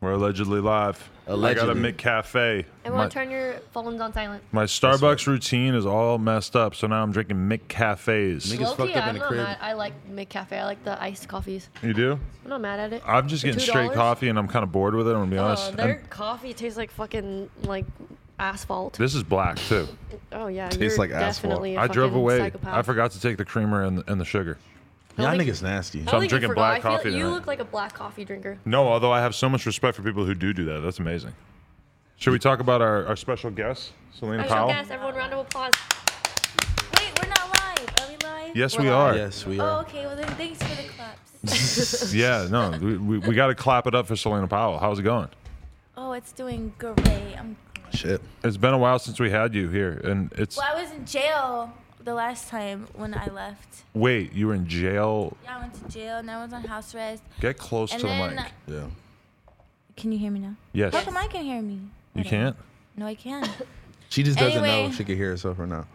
We're allegedly live. I got a Allegedly. Mick Cafe. Everyone, My- turn your phones on silent. My Starbucks routine is all messed up, so now I'm drinking Mick Cafes. Niggas fucked up in I'm the not crib. mad. I like Mick Cafe. I like the iced coffees. You do? I'm not mad at it. I'm just For getting straight $2? coffee, and I'm kind of bored with it. I'm gonna be Oh, honest. their And coffee tastes like fucking like asphalt. this is black too. Oh yeah, tastes like asphalt. definitely a I drove fucking away. Psychopath. I forgot to take the creamer and, and the sugar. Y'all think- niggas nasty. I don't So I'm think you drinking forgot. black I feel coffee You tonight. look like a black coffee drinker. No, although I have so much respect for people who do do that. That's amazing. Should we talk about our, our special guest, Selena I shall Powell? guess. Everyone, round of applause. Wait, we're not live. Are we live? Yes, We're we live. are. Yes, we Oh, are. okay. Well, then thanks for the claps. Yeah, no, we, we, we got to clap it up for Selena Powell. How's it going? oh, it's doing great. I'm, Shit. It's been a while since we had you here, and it's well, I was in jail the last time when I left. wait, you were in jail. Yeah, I went to jail and I was on house arrest. Get close And to the then- uh, mic. Yeah. Can you hear me now? Yes, How come I can hear me? you Hold on. can't. No, I can. She just doesn't know Anyway. if she can hear herself or not.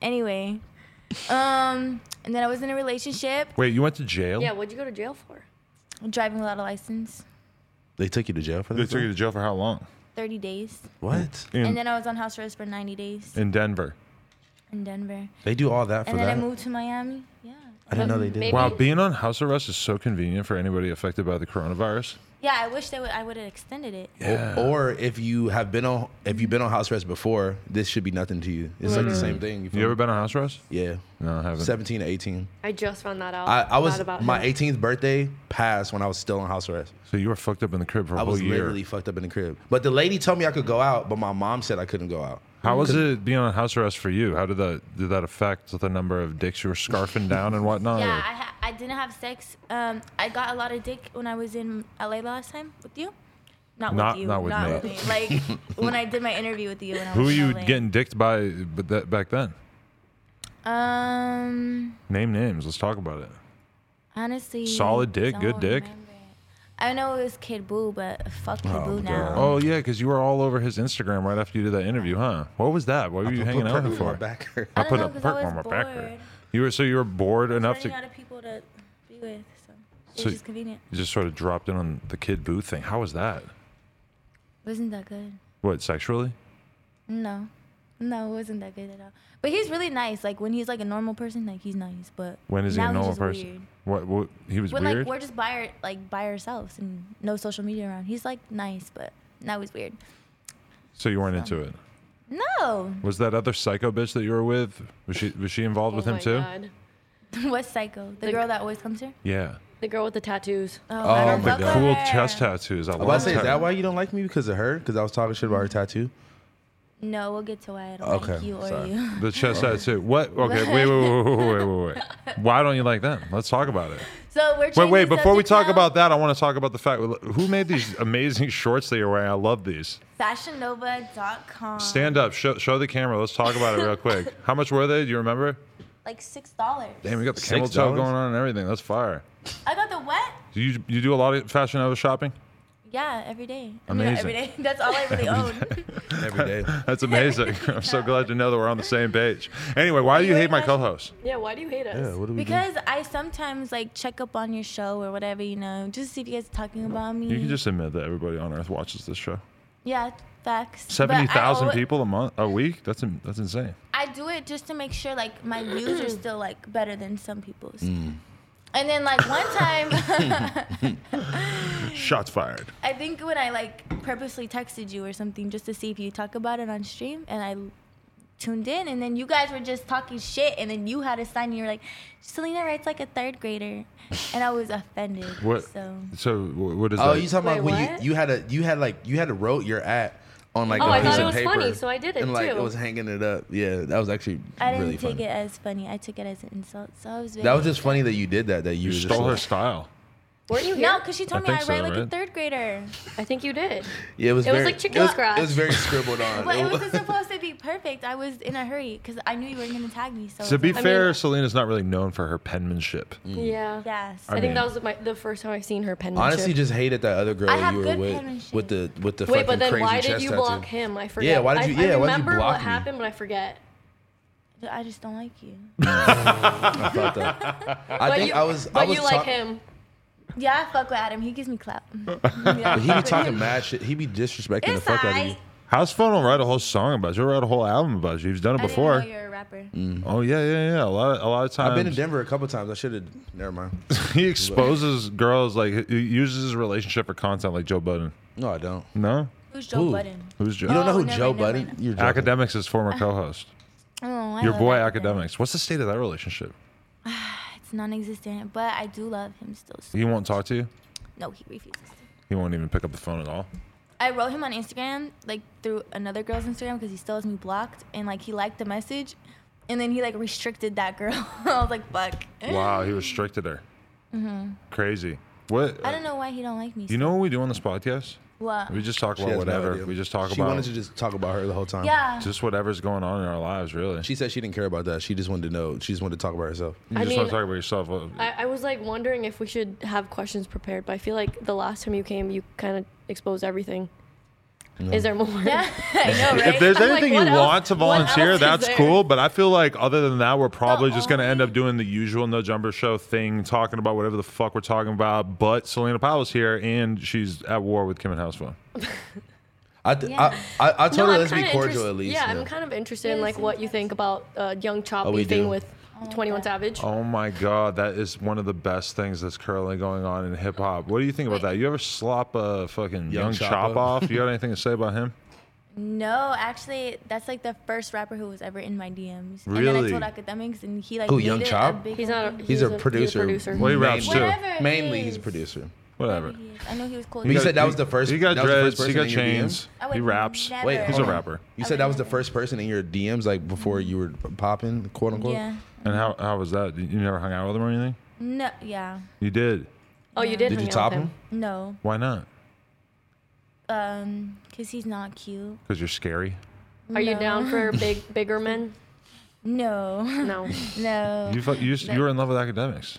anyway, um, and then I was in a relationship, Wait, you went to jail. Yeah, what'd you go to jail for? driving without a license, They took you to jail for that? They took you to jail for how long? 30 days, What? In, and then I was on house arrest for 90 days in Denver. in Denver, They do all that for and then that? I moved to Miami. Yeah. I didn't know they Maybe- did. Wow, being on house arrest is so convenient for anybody affected by the coronavirus. Yeah, I wish they would. I would have extended it. O- Or, if you have been on if you've been on house arrest before, this should be nothing to you. It's like the Mm. same thing. feel You ever me? been on house arrest? Yeah. No, I haven't. 17 to 18. I just found that out. I, I was Not about my him. 18th birthday passed when I was still on house arrest. So you were fucked up in the crib for a I whole was year. literally fucked up in the crib. But the lady told me I could go out, but my mom said I couldn't go out. How was it being on house arrest for you? How did that did that affect the number of dicks you were scarfing down and whatnot? Yeah, or- I, ha- I didn't have sex. Um, I got a lot of dick when I was in LA last time with you. Not, Not- with you. not with me. Like when I did my interview with you. When I Who was were in you LA. getting dicked by but that, back then? Um, Name names. Let's talk about it. honestly. Solid dick, don't good dick. remember. I know it was Kid Boo, but fuck Kid Boo now. Oh yeah, because you were all over his Instagram right after you did that interview, huh? What was that? What were you hanging out with for for? my back. I I don't put know, a 'cause I perk was on my back. there. bored. You were so you were bored enough Running to out of people to be with, so it's So- just convenient. you just sort of dropped in on the kid booth thing. How was that? Wasn't that good? What sexually? No. No, it wasn't that good at all. But he's really nice. Like when he's like a normal person, like he's nice. But When is he now a he's normal just person? weird. What, what? He was when weird. like we're just by our, like by ourselves and no social media around. He's like nice, but now he's weird. so you weren't into it. No, Was that other psycho bitch that you were with? Was she was she involved Oh with him my too? God. what's psycho? The The- girl that always comes here. Yeah. The girl with the tattoos. Oh, I my fuck God. with Cool her. chest tattoos. I I'm about to love say, is tat- that why you don't like me because of her? Because I was talking shit about Mm-hmm. her tattoo. No, we'll get to why I don't like Okay, you or sorry. you. The chest tattoo. What? Okay. Wait. Wait. Wait. Wait. Wait. Wait. wait. Why don't you like them? Let's talk about it. So we're Wait. changing Wait. Before we subject talk now. about that, I want to talk about the fact who made these amazing shorts that you're wearing. I love these. fashionnova.com. Stand up. Show, show the camera. Let's talk about it real quick. How much were they? Do you remember? like six dollars. Damn, we got the Six camel toe dollars? going on and everything. That's fire. I got the what? Do you you do a lot of fashion over shopping? Yeah, every day. Amazing. Not every day. That's all I really own. Every day. That's amazing. I'm so glad to know that we're on the same page. Anyway, why do you hate my co-host? Yeah, why do you hate us? yeah, Mm-hmm. what do we do? Because I sometimes like check up on your show or whatever, you know, just see if you guys are talking about me. You can just admit that everybody on Earth watches this show. yeah, facts. But I Seventy thousand alwa- people a month, a week. That's in, that's insane. I do it just to make sure like my views are still like better than some people's. Mm. And then like one time, Shots fired. I think when I like purposely texted you or something just to see if you talk about it on stream, and I tuned in, and then you guys were just talking shit, and then you had a sign, and you were like, "Selena writes like a third grader," and I was offended. What? So, So wh- what is Oh, that? you talking about Wait, when what? you, you had a you had like you had a wrote your at on like Oh, a I piece thought it of was paper, funny, so I did it and like too. it was hanging it up. Yeah, that was actually I didn't really take funny. it as funny. I took it as an insult. So I was. Really That was just funny that you did that. That you, you were just stole her like- style. Weren't you here? no, because she told I me I think write so, like a right? third grader. I think you did. Yeah, it was. It was very, like chicken it was, scratch. It was very scribbled on. But It it was- wasn't supposed to be perfect. I was in a hurry because I knew you weren't gonna tag me. So To be Oh, I was fair, Selena's not really known for her penmanship. Yeah. like, yes, I, I mean- think that was my, the first time I've seen her penmanship. honestly just hated that other girl I that have you were good with penmanship. with the with the Wait, fucking but then crazy why did chest you tattoo. block him? I forget. why did I- you- I, yeah, why did you remember block what me? happened, but I forget. I just don't like you. I, thought that- I But think you, I was. But I was you like talk- him. Yeah, I fuck with Adam. He gives me clap. But he be talking mad shit. He be disrespecting the It's fuck out of you. aight. House phone will write a whole song about you. He'll write a whole album about you. He's done it I didn't before. know you're a rapper. Oh yeah, yeah, yeah. A lot, of, a lot of times. Mm-hmm. I've been to Denver a couple times. I should have. Never mind. he exposes girls like he uses his relationship for content, like Joe Budden. No, I don't. No, Who's Joe Who? Budden? who's Joe? You don't know Oh, who never, Joe never, Budden? never. You're joking. Academics' his former co-host. Oh, Ah, I Your love boy Adam. Academics. What's the state of that relationship? It's non-existent, but I do love him still. So. He won't talk to you. No, he refuses. to. He won't even pick up the phone at all. I wrote him on Instagram, like through another girl's Instagram, because he still has me blocked, and like he liked the message, and then he like restricted that girl. I was like, fuck. Wow, he restricted her. Crazy. What? Mm-hmm. I don't know why he don't like me. You know what we do on this podcast? what? We just talk She about has no whatever. idea. we just talk She about wanted to just talk about her the whole time. yeah. just whatever's going on in our lives, really. She said she didn't care about that. She just wanted to know. She just wanted to talk about herself. you I just want mean, to talk about yourself. Well, I, I was like wondering if we should have questions prepared, but I feel like the last time you came, you kind of exposed everything. Is there more? yeah. I know, right? If there's I'm like, anything what you else- want to what else volunteer, is that's there? cool. But I feel like other than that, we're probably The just going to end up only- doing the usual no jumper show thing, talking about whatever the fuck we're talking about. But Selena Powell's here, and she's at war with Kim and Houseful. I, th- Yeah. I, I, I told her I'm let's be kinda cordial interest- at least. Oh, Yeah, I'm kind of interested in Yeah, like what you think about uh, young choppy we thing do. with 21 Savage. Oh my god, that is one of the best things that's currently going on in hip hop. What do you think about that? You ever slop a fucking young, Young chop Choppa. off? You got anything to say about him? No, actually, that's like the first rapper who was ever in my DMs. And then Really? I told academics, and he like Who, Young made it Chop? A big He's not. A, he's, he's, a, producer. producer. Well, he raps Mainly- too. Whatever it Mainly, is. he's a producer. Whatever. He is. I know he was cool. But you got- said that was the first- He got that was the dreads. first He person got in your chains. I would He raps. never- Wait, He's hold a on. rapper. You said that was the first person in your DMs, like before you were popping, quote unquote. Yeah. And how how was that? You never hung out with him or anything? No. Yeah. You did. Oh, you did. Did hang you out top with him? No. Why not? Um, cause he's not cute. Because you're scary. Are you No. down for big, bigger men? No. No. no. You fu- you, s- you were in love with academics.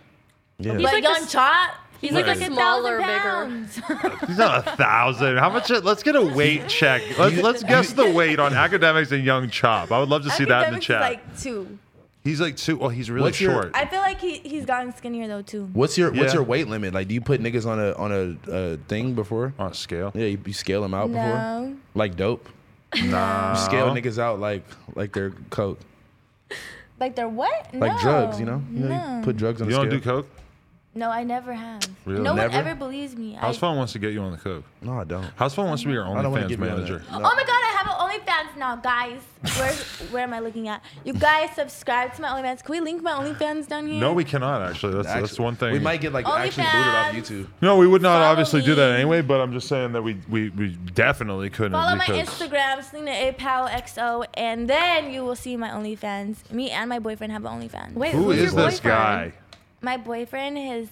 Yeah. He's but like a Young s- Chop, he's like Right. a smaller, bigger. He's not a thousand. How much? Let's get a weight check. Let's, let's guess the weight on academics and young chop. I would love to see that in the chat. Like two. he's like two. Well, he's really What's your- short. I feel like he he's gotten skinnier though too. What's your Yeah. What's your weight limit? Like, do you put niggas on a on a uh, thing before? on a scale. Yeah, you, you scale them out No. before. Like dope. Nah. Scale niggas out like like their coke, Like they're what? like no. drugs. You know, you, no. know, you put drugs on. You a don't scale. do coke? no, I never have. Really? No Never? one ever believes me. I, House phone wants to get you on the coke. No, I don't. House phone wants to be your I don't want to OnlyFans give manager. manager. You on that. Oh my god, I have an OnlyFans now, guys. Where where am I looking at? You guys subscribe to my OnlyFans. Can we link my OnlyFans down here? No, we cannot actually. That's that's Actually, one thing. We might get like Only actually booted off YouTube. No, we would not Follow obviously do that me. anyway. But I'm just saying that we we, we definitely couldn't. Follow my because Instagram, Selena A Powell XO, and then you will see my OnlyFans. Me and my boyfriend have an OnlyFans. Wait, Who who's is your this boyfriend? guy? My boyfriend, his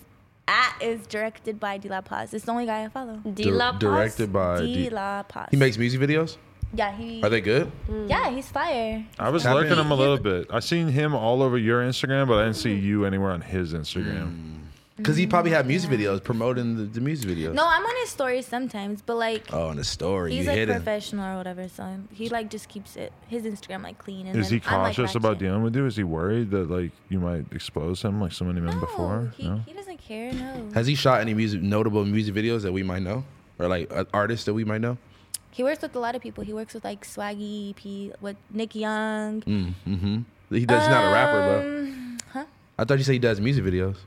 at is directed by De La Paz. It's the only guy I follow. D La Paz? directed by De D- La Paz. He makes music videos. Yeah, he. Are they good? Yeah, he's fire. I was Tap lurking in. him a little bit. I seen him all over your Instagram, but I didn't see you anywhere on his Mm. Instagram. Because he probably had music videos promoting the, the music videos. No, I'm on his stories sometimes, but like. Oh, in the story, He's you like hit it. professional or whatever, so he like just keeps it his Instagram like clean. And Is then he I'm, conscious like, about ratchet. dealing with you? Is he worried that like you might expose him like so many men No, before? he, he doesn't care. No, Has he shot any music notable music videos that we might know, or like uh, artists that we might know? he works with a lot of people. He works with like Swaggy, P, with Nick Young. Mm, mm-hmm. He does. he's not a rapper, Um, Huh? but I thought you said he does music videos.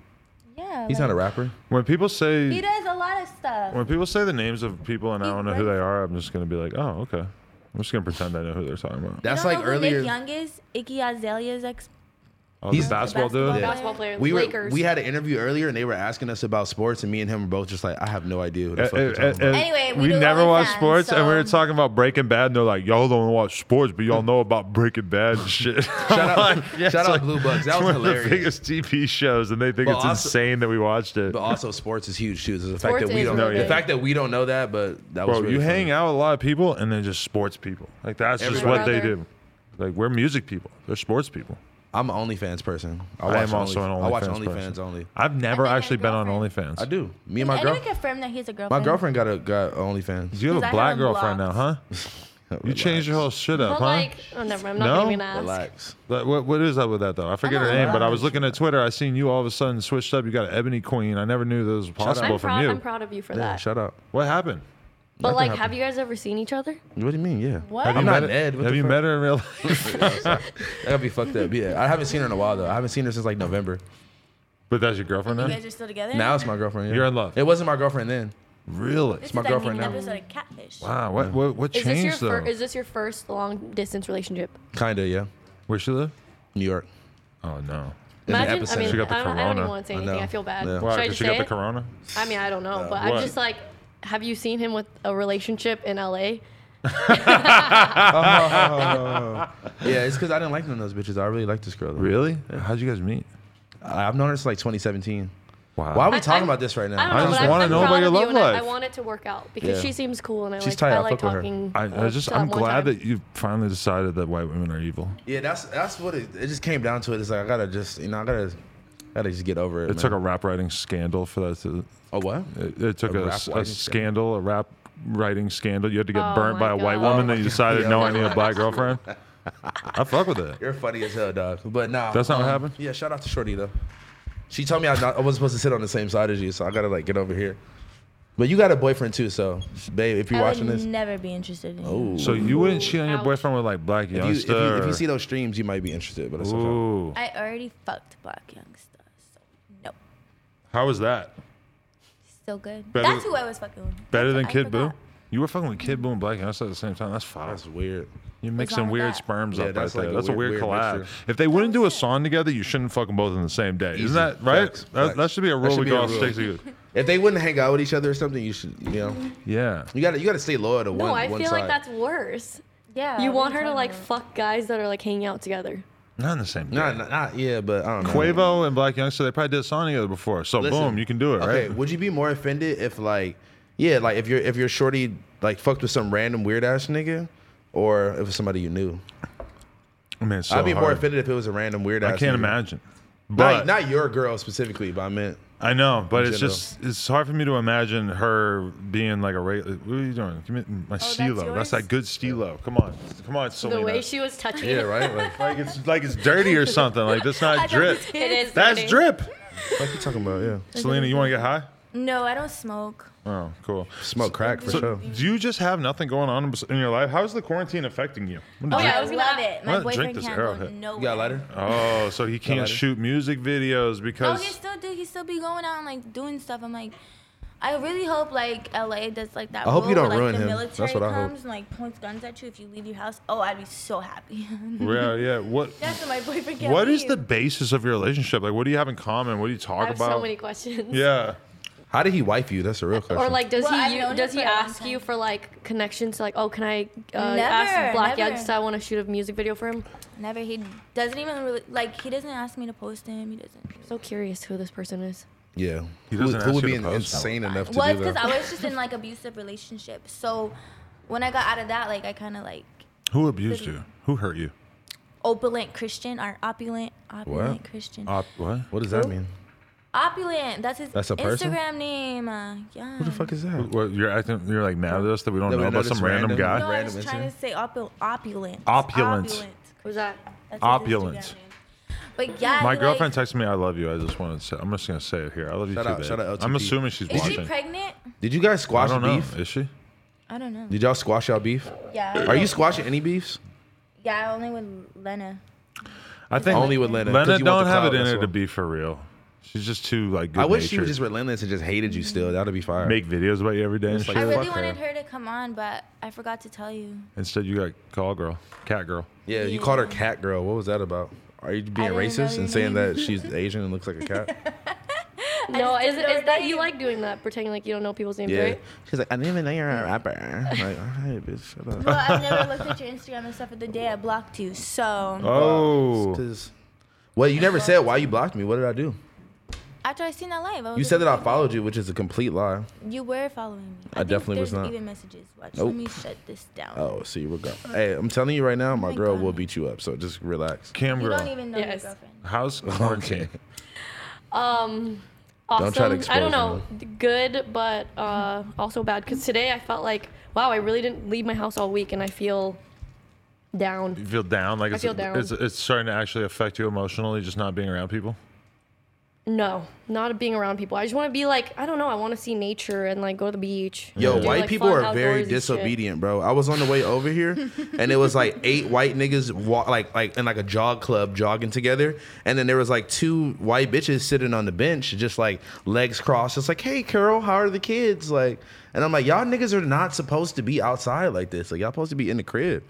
Yeah. He's like- not a rapper. When people say He does a lot of stuff. When people say the names of people and I He don't know who works- they are, I'm just gonna be like, oh, okay. I'm just gonna pretend I know who they're talking about. You That's don't like know who earlier. Nick Young is Iggy Azalea's ex. Oh, He's- the basketball dude. Yeah. Basketball player. We were, Lakers. we had an interview earlier, and they were asking us about sports, and me and him were both just like, I have no idea who Eh, the fuck you're eh, eh, talking about. eh, Anyway, we we, do never OnlyFans, watch sports, and we were so- talking about Breaking Bad, and they're like, "Y'all don't watch sports, but y'all know about Breaking Bad and shit." Shout out, shout out Blue Bugs. That was one of hilarious. the biggest TV shows, and they think But it's also- insane that we watched it. But also, sports is huge too. So the fact Sports that we is don't, really No, yeah. the fact that we don't know that, but that was Bro, really you funny. hang out with a lot of people, and then just sports people. Like that's just Everybody. what they Brother. do. Like we're music people; they're sports people. I'm an OnlyFans person. I, I am also an I watch OnlyFans OnlyFans person. only. I've never think my actually been on girlfriend- OnlyFans. I do. Me and I my didn't girl, confirm that he's a my girlfriend. girlfriend got a got OnlyFans. You have Because I a have black him girlfriend now, blocked. huh? You changed your whole shit up, But huh? like, oh, never mind. I'm not No? even gonna ask. Relax. Like, what, what is up with that though? I forget her don't name, but I know. was looking at Twitter. I seen you all of a sudden switched up. You got an ebony queen. I never knew this was out. possible I'm from proud. you. I'm proud of you for Yeah, that. shut up. What happened? but like, happen. have you guys ever seen each other? What do you mean? Yeah. What? Have I'm you met not her- Ned, what Have the you fuck? met her in real life? I gotta be fucked up. Yeah, I haven't seen her in a while though. I haven't seen her since like November. but that's your girlfriend You now. guys are still together? Now it's my girlfriend. yeah. You're in love. It wasn't my girlfriend then. Really? This my is, I think, girlfriend an now. episode of Catfish. Wow. What what, what Is this your changed though? fir- is this your first long distance relationship? Kinda, yeah. Where she live? New York. Oh no. It's an Imagine. I epicenter. mean, She got the I don't, I don't corona. even want to say I anything. I, know. feel bad. Yeah. Should Why, Why? I Because just she say got the it? corona. I mean, I don't know, but What? I'm just like, have you seen him with a relationship in LA? yeah, it's because I didn't like none of those bitches. I really like this girl. Though. Really? How'd you guys meet? I- I've known her since like 2017. Wow. Why are we I- talking I'm- about this right now? I don't know. I just but I'm- wanna I'm know proud about your of you, love and I, I life. want it to work out because Yeah. she seems cool, and I She's like. tight. I I like fuck with her. talking. I, I uh, just to I'm that one glad time. that you finally decided that white women are evil. Yeah, that's that's what it, it just came down to. It. It's like I gotta just you know I gotta gotta just get over it. It took a rap writing scandal for that to. a what? It, it took A a, rap s- a writing scandal, a rap writing scandal. You had to get Oh burnt my by a white God. woman, Oh then my you decided, God. no, I need a black girlfriend. I fuck with it. You're funny as hell, dog. But nah, um, That's not what happened? Yeah, shout out to Shorty though. She told me I, not, I wasn't supposed to sit on the same side as you, so I gotta like get over here. But you got a boyfriend too, so babe, if you're I watching would this, never be interested in you. oh, So you wouldn't cheat on your Ouch. boyfriend with like black if you, if, you, youngster. if you see those streams, you might be interested. But it's or- okay. Ooh, I already fucked Black Youngsta, so no. how was that? Still good. Better- That's who I was fucking with. Better That's- than I Kid Boo? forgot. You were fucking with Kid Boo and Black Youngster at the same time. That's foul. that's weird. You're What's mixing wrong with weird that? sperms Yeah, up right that's like there. a That's a weird- weird, weird collab. mixture. If they wouldn't do a song together, you shouldn't fuck them both on the same day. Easy. Isn't that right? Facts. That, Facts. that should be a That rule should we be a all rule. stick to. If they wouldn't hang out with each other or something, you should you know Yeah. you gotta you gotta stay loyal to Mm-hmm. No, one. I one feel side. like that's worse. Yeah. You what want are her to talking like about? fuck guys that are like hanging out together. Not on the same day. nah, nah, nah, yeah, but I don't know. Quavo and Black Youngster, they probably did a song together before. So Listen, boom, you can do it, Okay, right? would you be more offended if like yeah, like if your if your shorty like fucked with some random weird ass nigga? Or if it was somebody you knew, I mean, it's so I'd be more hard. offended if it was a random weird. I ass can't nigga. imagine. Not, But not your girl specifically, but I meant I know, but in it's general. just it's hard for me to imagine her being like a ra- What are you doing? Give me my that's stilo. That's, yours? that good stilo. Come on, come on, Selena. The way she was touching yeah, it, right. Like, like it's like it's dirty or something. Like that's not drip. it is. That's dirty. drip. what you talking about? Yeah, Selena, you want to get high? No, I don't smoke. Oh, cool. smoke crack for So, sure. do you just have nothing going on in your life? How is the quarantine affecting you? What did Oh, you- yeah, I I was gonna love ask- it. Why don't you My drink boyfriend this can't go Arrowhead? nowhere. You got a lighter? Oh, so he can't lighter? shoot music videos Oh, because he still do. He still be going out and like doing stuff. I'm like, I really hope like LA does like that. I hope you rule don't where, like, ruin the him. Military That's what I hope. comes and like points guns at you if you leave your house. Oh, I'd be so happy. yeah, yeah. What That's what my boyfriend can't. What is the leave. basis of your relationship? Like, what do you have in common? What do you I talk have about? so many questions. yeah. How did he wife you? That's a real question. Or like, does Well, I've he known you, him does he for a long ask time. you for like connections? Like, oh, can I uh, Never, ask Black never. Youngsta? I want to shoot a music video for him. Never. He doesn't even really like. He doesn't ask me to post him. He doesn't. So curious who this person is. yeah, He who, doesn't who ask would you to be post. insane enough to well, do it's because that? I was just in like abusive relationships. So when I got out of that, like I kind of like Who abused you? Who hurt you? opulent Christian or opulent opulent Christian. Op- what? What does that mean? opulent. That's his Uh, That's a person? Instagram name. Uh, yeah. What the fuck is that? What- You're acting. You're like mad at us that we don't That we know know about this some random, random- guy. No, I was Random trying incident? to say opul- opulent. Opulent. Was that? That's his Opulent. Instagram name. But yeah, My like, girlfriend texted me, "I love you." I just wanted to say, I'm just gonna say it here. I love you Shout too, out- babe. shout out I'm LTP. assuming she's Is she watching. pregnant? Did you guys I squash don't know. beef? Is she? I don't know. Did y'all squash y'all beef? Yeah. Are you squashing any beefs? Yeah, only with Lena. I think Only with Lena. 'cause Lena you want don't the have clout, it in that's her to why. be for real. She's just too like good. I wish she was natured. just relentless and just hated you still. That'd be fire. make videos about you every day. And It's like- shit. I really fuck wanted her to come on, but I forgot to tell you. Instead, you got call girl, cat girl. yeah, you called her cat girl. What was that about? Are you being didn't know racist your and saying name. that she's Asian and looks like a cat? No, is, didn't know her is that you name. like doing that, pretending like you don't know people's names, yeah. right? She's like, I didn't even know you're a rapper. I'm Like, all right, bitch, shut Well, up. I've never looked at your Instagram except for the day I blocked you. So It's Oh, 'cause- Well, you never said why you blocked me. What did I do? after I seen that live, I was You like, said that I followed you, which is a complete lie. You were following me. I definitely was there's not. Even messages. Watch. Nope. Let me shut this down. Oh, so you were gone. Hey, I'm telling you right now, my my girl God. will beat you up. So just relax. cam You girl. don't even know Yes. your girlfriend. How's quarantine? Um, awesome. Don't try to I don't expose know, good, but uh, also bad. Because today I felt like, wow, I really didn't leave my house all week, and I feel down. You feel down? Like it's, feel down. It's, it's starting to actually affect you emotionally, just not being around people. No, not being around people. I just want to be like, I don't know. I want to see nature and like go to the beach. Yo, do, white like, people fun are very outdoorsy shit. disobedient, bro. I was on the way over here, and it was like eight white niggas walk like like in like a jog club jogging together, and then there was like two white bitches sitting on the bench, just like legs crossed, just like, "Hey, Carol, how are the kids?" Like, and I'm like, "Y'all niggas are not supposed to be outside like this. Like, y'all supposed to be in the crib."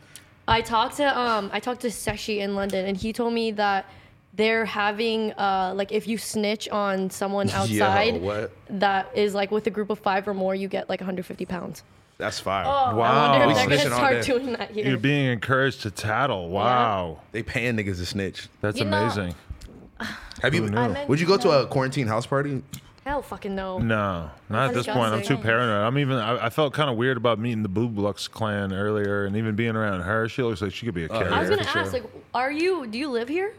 I talked to um I talked to Seshi in London and he told me that they're having uh like if you snitch on someone outside what? that is like with a group of five or more you get like 150 pounds. That's fire. Oh. Wow. I wonder We if they're Oh, snitching gonna all start day. doing that here. You're being encouraged to tattle. Wow. They paying niggas to snitch. That's You know- amazing. Have you? Who knew? meant- Would you go to a quarantine house party? Hell fucking no. No, not at this point. I'm too Disgusting. paranoid. I'm even. I, I felt kind of weird about meeting the Boo Blux clan earlier, and even being around her. She looks like she could be a Oh, carrier. I was gonna for sure. ask like are you do you live here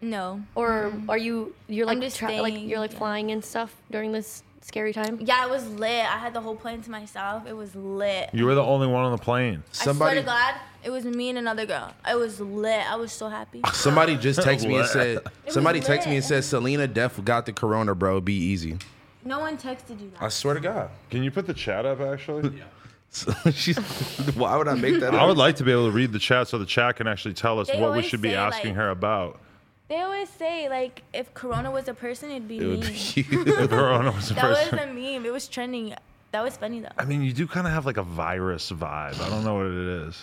No. or are you you're like Mm-hmm. I'm just tra- like staying, you're like yeah. flying and stuff during this scary time? Yeah, it was lit. I had the whole plane to myself. It was lit. you were the only one on the plane. I swear to God, it was me and another girl. It was lit. I was so happy. Somebody just texted me and What? said. Somebody was texted me and lit. said, "Selena Def got the corona, bro. Be easy." No one texted you I that. swear to God. Can you put the chat up actually? She's. Why would I make that? I up? would like to be able to read the chat so the chat can actually tell us They what we always should be say, asking like- her about. They always say like if Corona was a person, it'd be It would me. be If Verona was the that was person. a meme. It was trending. That was funny though. I mean, you do kind of have like a virus vibe. I don't know what it is.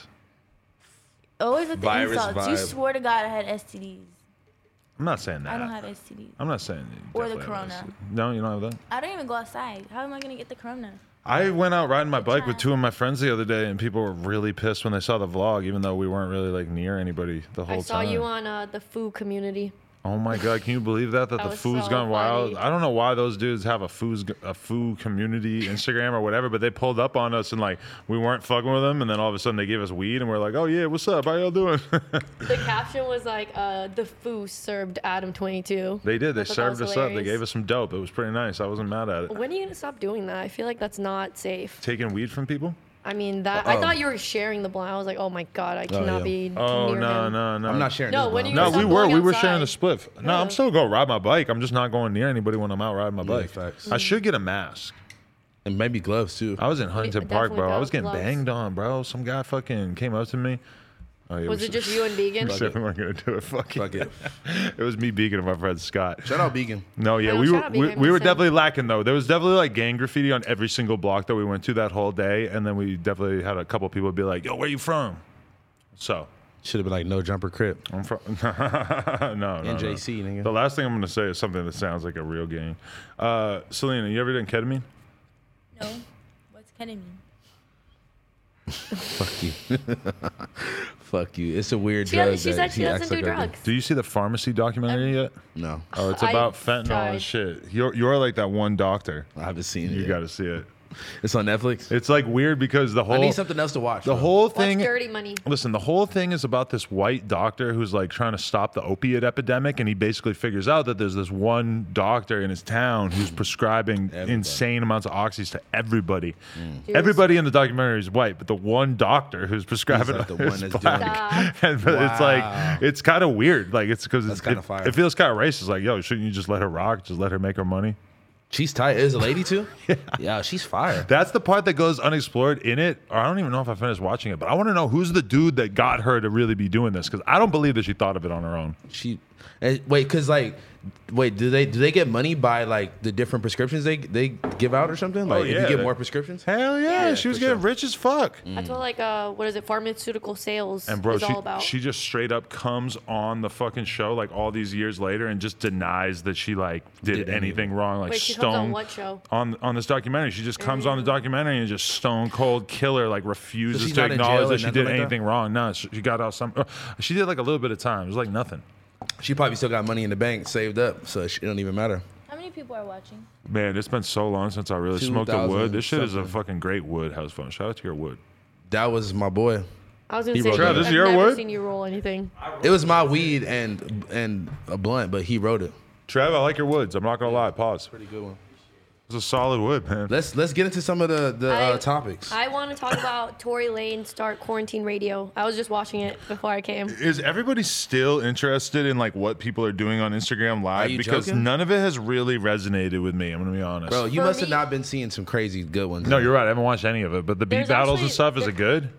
Always with the Virus insults. You vibe. swore to God I had STDs. I'm not saying that. I don't have STDs. I'm not saying you Or the definitely have this. corona. No, you don't have that. I don't even go outside. How am I gonna get the Corona? I went out riding my bike with chat. two of my friends the other day, and people were really pissed when they saw the vlog, even though we weren't really like near anybody the whole I saw time. you on uh, the foo community. oh my god, can you believe that? That, That the was foo's so gone wild. funny. I don't know why those dudes have a foo's a foo community Instagram or whatever, but they pulled up on us and like we weren't fucking with them, and then all of a sudden they gave us weed, and we're like, oh yeah, what's up? How y'all doing? The caption was like uh, the foo served Adam 22. they did. They I thought that served was us up. They hilarious. gave us some dope. It was pretty nice. I wasn't mad at it. When are you gonna stop doing that? I feel like that's not safe. Taking weed from people? I mean, that I thought you were sharing the blunt. I was like, oh my god, I cannot yeah. be Oh near no, him. no, no. I'm not sharing. No, this, when bro. you No, Stop we were. going We were sharing the outside. spliff. No, I'm still going to ride my bike. I'm just not going near anybody when I'm out riding my bike. facts. I should get a mask. and maybe gloves too. I was in Huntington Park, definitely bro. I got was getting gloves. banged on, bro. Some guy fucking came up to me. Oh, yeah, Was we it should- just you and Vegan? we said we weren't gonna do it. Fuck, Fuck it. it. it was me, Beacon, and my friend Scott. Shout out Beacon. No, yeah, Oh, we shout were out we, Beacon, we I'm were saying. definitely lacking though. There was definitely like gang graffiti on every single block that we went to that whole day, and then we definitely had a couple people be like, "Yo, where you from?" So Should have been like no jumper crip. I'm from no, no, no. NJC, nigga. The last thing I'm gonna say is something that sounds like a real game. Uh, Selena, you ever done ketamine? No. What's ketamine? Fuck you. Fuck you. It's a weird She, drug. does- she that said she he doesn't acts do like I drugs. Do you see the pharmacy documentary Um, yet? No, Oh, it's I about fentanyl tried. and shit. You're you're like that one doctor. I haven't seen it. You yet. gotta see it. It's on Netflix. It's like weird because the whole I need something else to watch. the bro. whole Watch thing. Dirty Money. Listen, the whole thing is about this white doctor who's like trying to stop the opiate epidemic, and he basically figures out that there's this one doctor in his town who's prescribing insane amounts of oxys to everybody. Mm. Everybody in the documentary is white, but the one doctor who's prescribing like the it is one that's doing black. and but it's Wow. like it's kind of weird. Like it's because That's it's kinda it, fire. it feels kind of racist. Like, yo, shouldn't you just let her rock? Just let her make her money. She's tight. Is a lady too? yeah. she's fire. That's the part that goes unexplored in it. Or I don't even know if I finished watching it, but I want to know who's the dude that got her to really be doing this because I don't believe that she thought of it on her own. She. And wait, cause like, wait, do they do they get money by like the different prescriptions they they give out or something? Like, yeah, if you they- get more prescriptions. Hell yeah, Yeah, she was for getting sure. rich as fuck. That's what like uh, what is it? Pharmaceutical sales And bro, is she, all about. she just straight up comes on the fucking show like all these years later and just denies that she like did, Did anything wrong. Like Wait, she stone comes on what show? On on this documentary, she just comes on the documentary and just stone cold killer like refuses she's to not in jail acknowledge or that she nothing did like that? anything wrong. No, she she got out some. uh, She did like a little bit of time. It was like nothing. She probably still got money in the bank saved up, so she- it don't even matter. How many people are watching? Man, it's been so long since I really smoked a 2000 wood. This shit is a something. fucking great wood house phone. Shout out to your wood. That was my boy. I was gonna He say wrote I've that. This is your never word? seen you roll anything. It was my weed and and a blunt, but he wrote it. Trev, I like your woods. I'm not gonna lie. Pause. Pretty good one. It's a solid wood, man. Let's let's get into some of the the I- uh, topics. I want to talk about Tory Lane start quarantine radio. I was just watching it before I came. is everybody still interested in like what people are doing on Instagram Are Live? you Because joking? none of it has really resonated with me. I'm gonna be honest. Bro, you For must have me- not been seeing some crazy good ones. no, you're right. I haven't watched any of it. But the beat There's battles and actually- stuff is there- it good?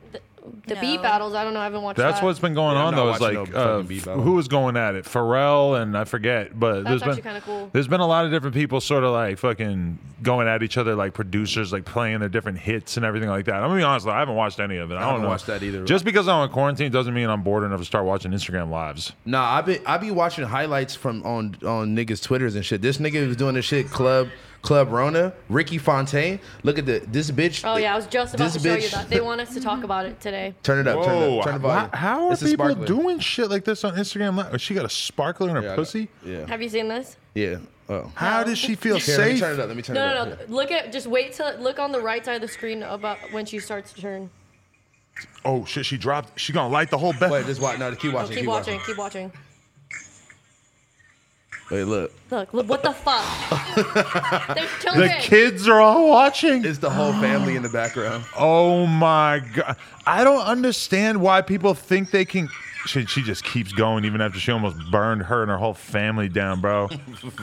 The No. beat battles, I don't know. I haven't watched That's that. what's been going Yeah, I'm on not though. Is watching like no uh, fucking beat battle. who was going at it? Pharrell and I forget, but That's there's actually been kinda cool. there's been a lot of different people sort of like fucking going at each other, like producers like playing their different hits and everything like that. I'm gonna be honest, though, I haven't watched any of it. I, don't haven't know. watched that either. Just because I'm on quarantine doesn't mean I'm bored enough to start watching Instagram lives. Nah, I be I be watching highlights from on on niggas twitters and shit. This nigga was doing this shit club club Rona, Ricky Fontaine. Look at the this bitch. Oh yeah, I was just about this to show you bitch- that. They want us to talk about it today. Turn it up. turn it up. Turn the volume. wh- how are It's a people sparkler. doing shit like this on Instagram live? Oh, she got a sparkler in her Yeah, I got- pussy. Yeah. Have you seen this? Yeah. Oh. How does she feel Here, let me safe? turn it up. Let me turn No, it no, up. no. Look at just wait till look on the right side of the screen about when she starts to turn. Oh shit, she dropped. She gonna light the whole bed. Wait, just watch. No, keep Oh, watching. keep watching, keep watching. Wait, look. Look, look what the fuck? There's the children. kids are all watching. It's the whole family in the background. Oh my god! I don't understand why people think they can. She, she just keeps going even after she almost burned her and her whole family down, bro.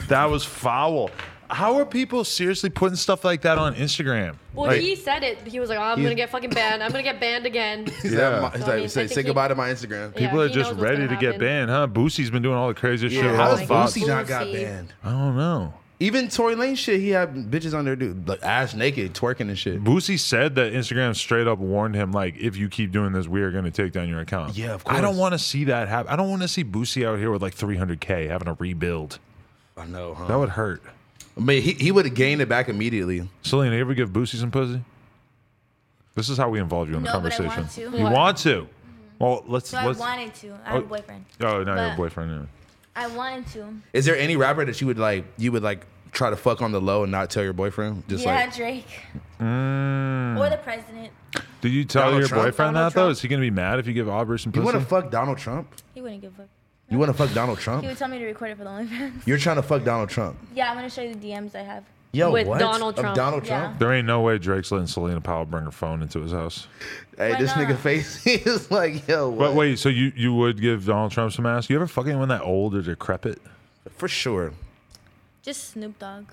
that was foul. How are people seriously putting stuff like that on Instagram? well, Like, he said it. He was like, oh, "I'm gonna get fucking banned. I'm gonna get banned again." He's Yeah. like, he's So, I like, say, mean, say technically- goodbye to my Instagram. Yeah. people are he just knows what's ready to gonna get happen. banned, huh? Boosie's been doing all the craziest shit. With How all does the like, thoughts. Boosie not got Boosie. banned? I don't know. Even Tory Lane shit, he had bitches on there, dude, like ass naked, twerking and shit. Boosie said that Instagram straight up warned him, like, if you keep doing this, we are going to take down your account. Yeah, of I don't course. want to see that happen. I don't want to see Boosie out here with like 300K having to rebuild. I know, huh? That would hurt. I mean, he, he would have gained it back immediately. Selena, you ever give Boosie some pussy? This is how we involve you in the No, but I conversation. want to. You What? want to? Well, let's. So I let's wanted to. I have Oh. a boyfriend. oh, now your but- boyfriend. yeah. I wanted to. Is there any rapper that you would like? You would like try to fuck on the low and not tell your boyfriend? Just yeah, like Drake. Or the president. Did you tell Donald your Trump? boyfriend Donald that though? Trump? Is he gonna be mad if you give Aubrey some you want pussy? to fuck Donald Trump? He wouldn't give a fuck. You want to fuck Donald He would Trump? tell me to record it for the OnlyFans. You're trying to fuck Donald Trump? yeah, I'm gonna show you the DMs I have. Yo, With what? Donald Of Trump. Donald Yeah. Trump? there ain't no way Drake's letting Selena Powell bring her phone into his house. Hey, Why this not? nigga face is like, yo, what? But wait, so you you would give Donald Trump some ass? You ever fuck anyone that old or decrepit? for sure. Just Snoop Dogg.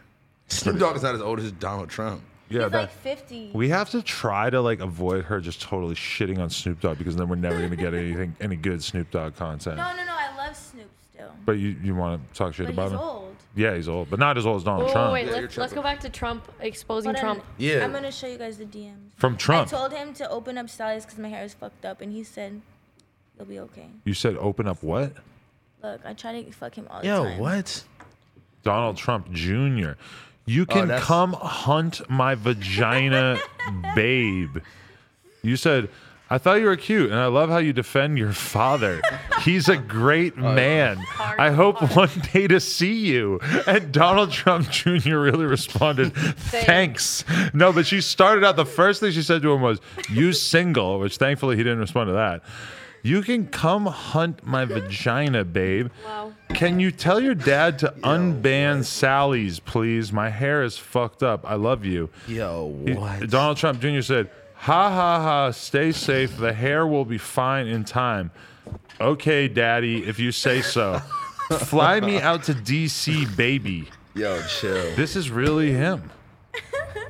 Snoop Dogg is not as old as Donald Trump. Yeah, He's that. like 50. we have to try to like avoid her just totally shitting on Snoop Dogg because then we're never gonna get anything any good Snoop Dogg content. no, no, no. I love Snoop still. But you, you want to talk shit But about he's him? old. Yeah, he's old, but not as old as Oh, Donald Wait, Trump. Oh, wait, wait, Yeah, let's, you're let's go back to Trump exposing Hold on. Trump. Yeah. I'm gonna show you guys the DMs. From Trump. I told him to open up Sally's because my hair is fucked up, and he said, "You'll be okay." You said open up what? Look, I try to fuck him all the Yo, time. what? Donald Trump Jr. You can that's- come hunt my vagina, babe. You said, I thought you were cute, and I love how you defend your father. He's a great man. I hope one day to see you. And Donald Trump Jr. really responded, Thanks. No, but she started out, the first thing she said to him was, You single, which thankfully he didn't respond to that. You can come hunt my vagina, babe. Wow. Can you tell your dad to unban Sally's, please? My hair is fucked up. I love you. Yo, He- what? Donald Trump Jr. said, "Ha ha ha! Stay safe. The hair will be fine in time." Okay, Daddy, if you say so. Fly me out to D.C., baby. Yo, chill. This is really him.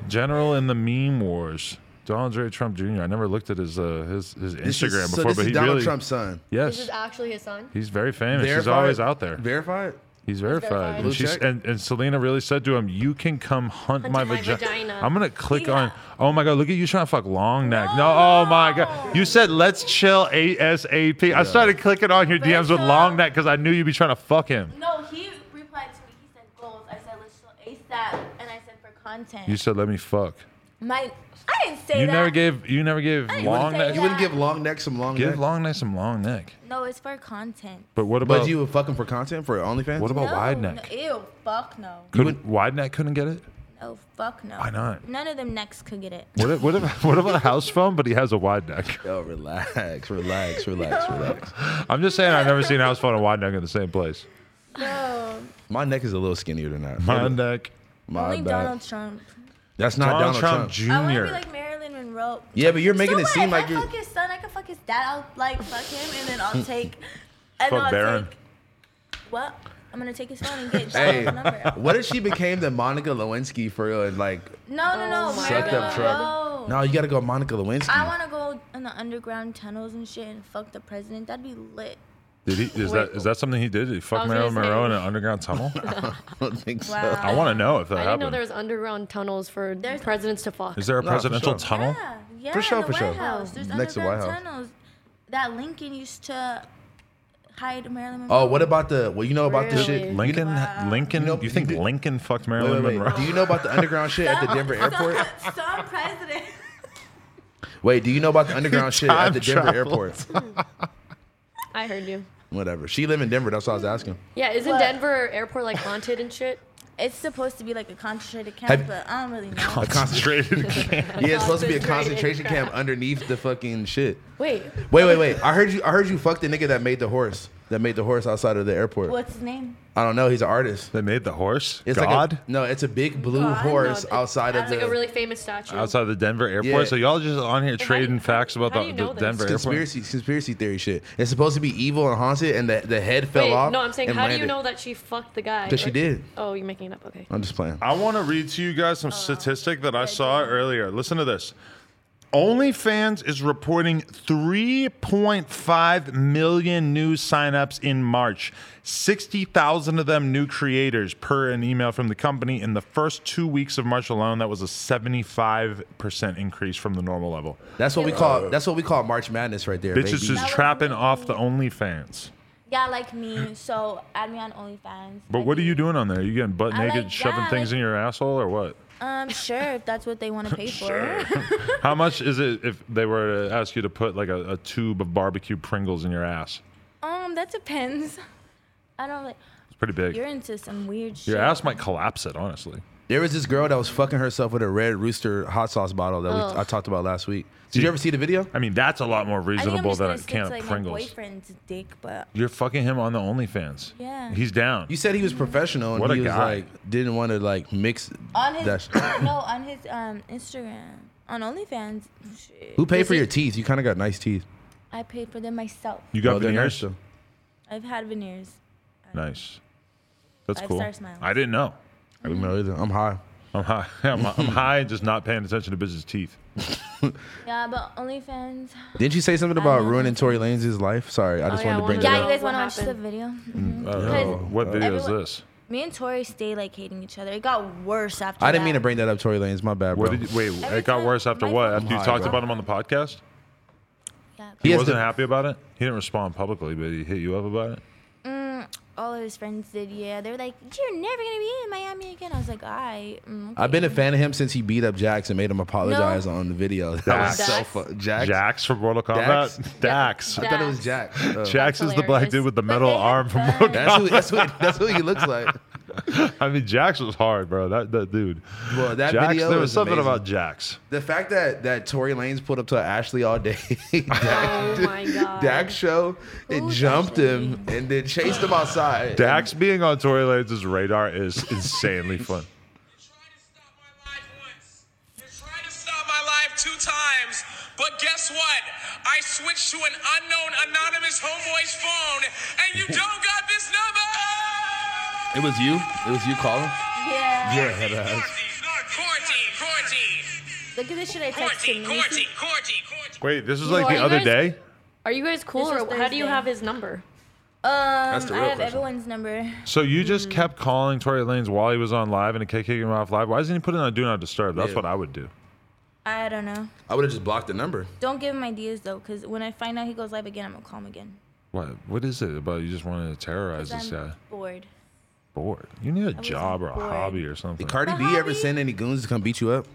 General in the meme wars. Donald J. Trump Jr. I never looked at his uh, his, his This is- Instagram so before, this but is he Donald really Trump's son. This yes. is actually his son. He's very famous. He's Verified? always out there. Verified? He's verified. verified. And, Blue she's, check? and, and Selena really said to him, You can come hunt, my, my vagi- vagina." I'm going to click Yeah. on. Oh my God, look at you trying to fuck long neck. No, oh my God. You said, Let's chill ASAP. I started clicking on your DMs with Rachel. long neck because I knew you'd be trying to fuck him. No, he replied to me. He said goals. I said let's show ASAP, and I said for content. You said, Let me fuck. my, I didn't say You that. never gave you never gave didn't long say neck. You wouldn't give long neck some long Give neck? long neck some long neck. No, it's for content. But what about but you would fuck him for content for OnlyFans? What about no, Oh, wide no- neck? ew, fuck no. Couldn't, wide neck couldn't get it. No, fuck no. Why not? None of them necks could get it. What if, what if, what about a house phone? But he has a wide neck. Yo, relax, relax, relax, relax. I'm just saying I've never seen house phone and wide neck in the same place. No. My neck is a little skinnier than that. My neck. My Only bad. Donald Trump. That's not Donald, Donald, Trump, Oh, I want to be Jr. like Marilyn Monroe. Yeah, but you're making So it what? seem If like I you're- fuck his son. I can fuck his dad. I'll like fuck him, and then I'll take. And Fuck I'll Baron. take. Well, I'm gonna take his phone and get Hey. Donald's number. What if she became the Monica Lewinsky for uh, like? No, no, no. Oh my Shut Marilyn up, Trump. Monroe. No, you gotta go Monica Lewinsky. I want to go in the underground tunnels and shit and fuck the president. That'd be lit. Did he? Is that is that something he did? Did he fuck was gonna Marilyn Monroe say- in an underground tunnel? I don't think so. Wow. I want to know if that I didn't know happened. there was underground tunnels for There's- presidents to fuck. is there a Nah, for presidential sure. tunnel? Yeah, yeah. For sure, in for the sure. White House. There's Next to underground White House. tunnels that Lincoln used to hide Marilyn Monroe. Oh, what about the? Well, you know about the Really? shit. Lincoln, uh, Wow. Lincoln. You know- you think you did- Lincoln fucked Wait, Marilyn wait, wait. Monroe? Do you know about the underground shit at the Denver airport? Some president. Wait, do you know about the underground shit at the Time Denver traveled. airport? I heard you. Whatever. She live in Denver. That's what I was asking. Yeah, isn't What? Denver airport like haunted and shit? It's supposed to be like a concentrated camp, Have- but I don't really know. Concentrated. Yeah, it's supposed to be a Concentrated concentration camp underneath the fucking shit. Wait, Wait, wait, wait. I heard you. I heard you fucked the nigga that made the horse. That made the horse outside of the airport. What's his name? I don't know. He's an artist. they made the horse It's god Like a, no, it's a big blue God? horse No, outside of that's the. like a really famous statue. outside the Denver airport. Yeah. So y'all just on here do you- trading facts about how the, do you the know this? Denver airport. conspiracy conspiracy theory shit. It's supposed to be evil and haunted, and the, the head fell Wait, off. no, I'm saying, and how do you landed. know that she fucked the guy? 'Cause she Like- did. Oh, you're making it up. Okay. I'm just playing. I want to read to you guys Oh, some statistic that I saw earlier. Listen to this. OnlyFans is reporting 3.5 million new signups in March. 60,000 of them new creators, per an email from the company. In the first two weeks of March alone, that was a 75% increase from the normal level. That's what we call. That's what we call March Madness, right there. Bitches baby. just was trapping amazing. off the OnlyFans. Yeah, like me. So add me on OnlyFans. But what are you doing on there? Are you getting butt I naked, like shoving that. things in your asshole, or what? Um, sure, if that's what they want to pay for. How much is it if they were to ask you to put like a, a tube of barbecue Pringles in your ass? um, that depends. I don't like. It's pretty big. You're into some weird shit. Your ass might collapse it, honestly. There was this girl that was fucking herself with a Red Rooster hot sauce bottle that Ugh. we, I talked about last week. Did you ever see the video? I mean, that's a lot more I think I'm reasonable just than gonna a stick can to, like, of my Pringles. boyfriend's dick, but You're fucking him on the OnlyFans. Yeah. He's down. You said he was professional and What a he was guy. like didn't want to like mix. on his That's- no, on his um Instagram, on OnlyFans, shit. Who paid Does for he- your teeth? You kind of got nice teeth. I paid for them myself. You got Well, Oh, they're nice, veneers? though. I've had veneers. Nice. That's Five cool. star smiles. I didn't know. I didn't know either. I'm high. I'm high. I'm, I'm high, and just not paying attention to bitches' teeth. Yeah, but OnlyFans. Didn't you say something about ruining Tory Lanez's life? Sorry, I just yeah, wanted to I bring wanted that Yeah, up. you guys What want to watch the happened? video? Uh, Because what video is everyone- this? Me and Tori stay like hating each other. It got worse after. I didn't that. mean to bring that up, Tory Lanez. My bad, bro. What did you, wait, Every it got time worse after my what? phone- After you Hi, talked bro. about him on the podcast? Yeah, He He has wasn't to- happy about it? He didn't respond publicly, but he hit you up about it? all of his friends did. Yeah, they were like, "You're never gonna be in Miami again." I was like, "All right." Mm, okay." I've been a fan of him since he beat up Jax and made him apologize on the video. That was Dax. so fun. Jax. Jax from Mortal Kombat? Dax? Dax. I thought it was Jax. Uh, Jax is the black hilarious. dude with the But metal they had arm from fun. Mortal That's who, that's, who, that's who he looks like. I mean, Jax was hard, bro. That that dude. Well, that Jax, video there was is something amazing. about Jax. The fact that that Tory Lanez pulled up to Ashley all day, Dax, Oh my god. Dax show, it Who's jumped Ashley? him and then chased him outside. Dax being on Tory Lanez's radar is insanely fun. You tried to stop my life once. You tried to stop my life two times. But guess what? I switched to an unknown anonymous homeboy's phone, and you don't got this number. It was you. It was you calling. Yeah. Yeah, that ass. Corti, Corti, Look at this shit I Corti, texted me. Corti, Corti, Corti. Wait, this was Yo, like are the you other guys- day. Are you guys cool, This or was how do you Thursday. have his number? the Um, I real have question. everyone's number. So you just kept calling Tory Lanez while he was on live and it kept kicking him off live. Why doesn't he put it on Do Not Disturb? That's Yeah. what I would do. I don't know. I would have just blocked the number. Don't give him ideas though, because when I find out he goes live again, I'm gonna call him again. What What is it about you just wanted to terrorize 'Cause this I'm guy? bored. Bored. You need a job or a bored. hobby or something. Did Cardi But B how ever do you- send any goons to come beat you up?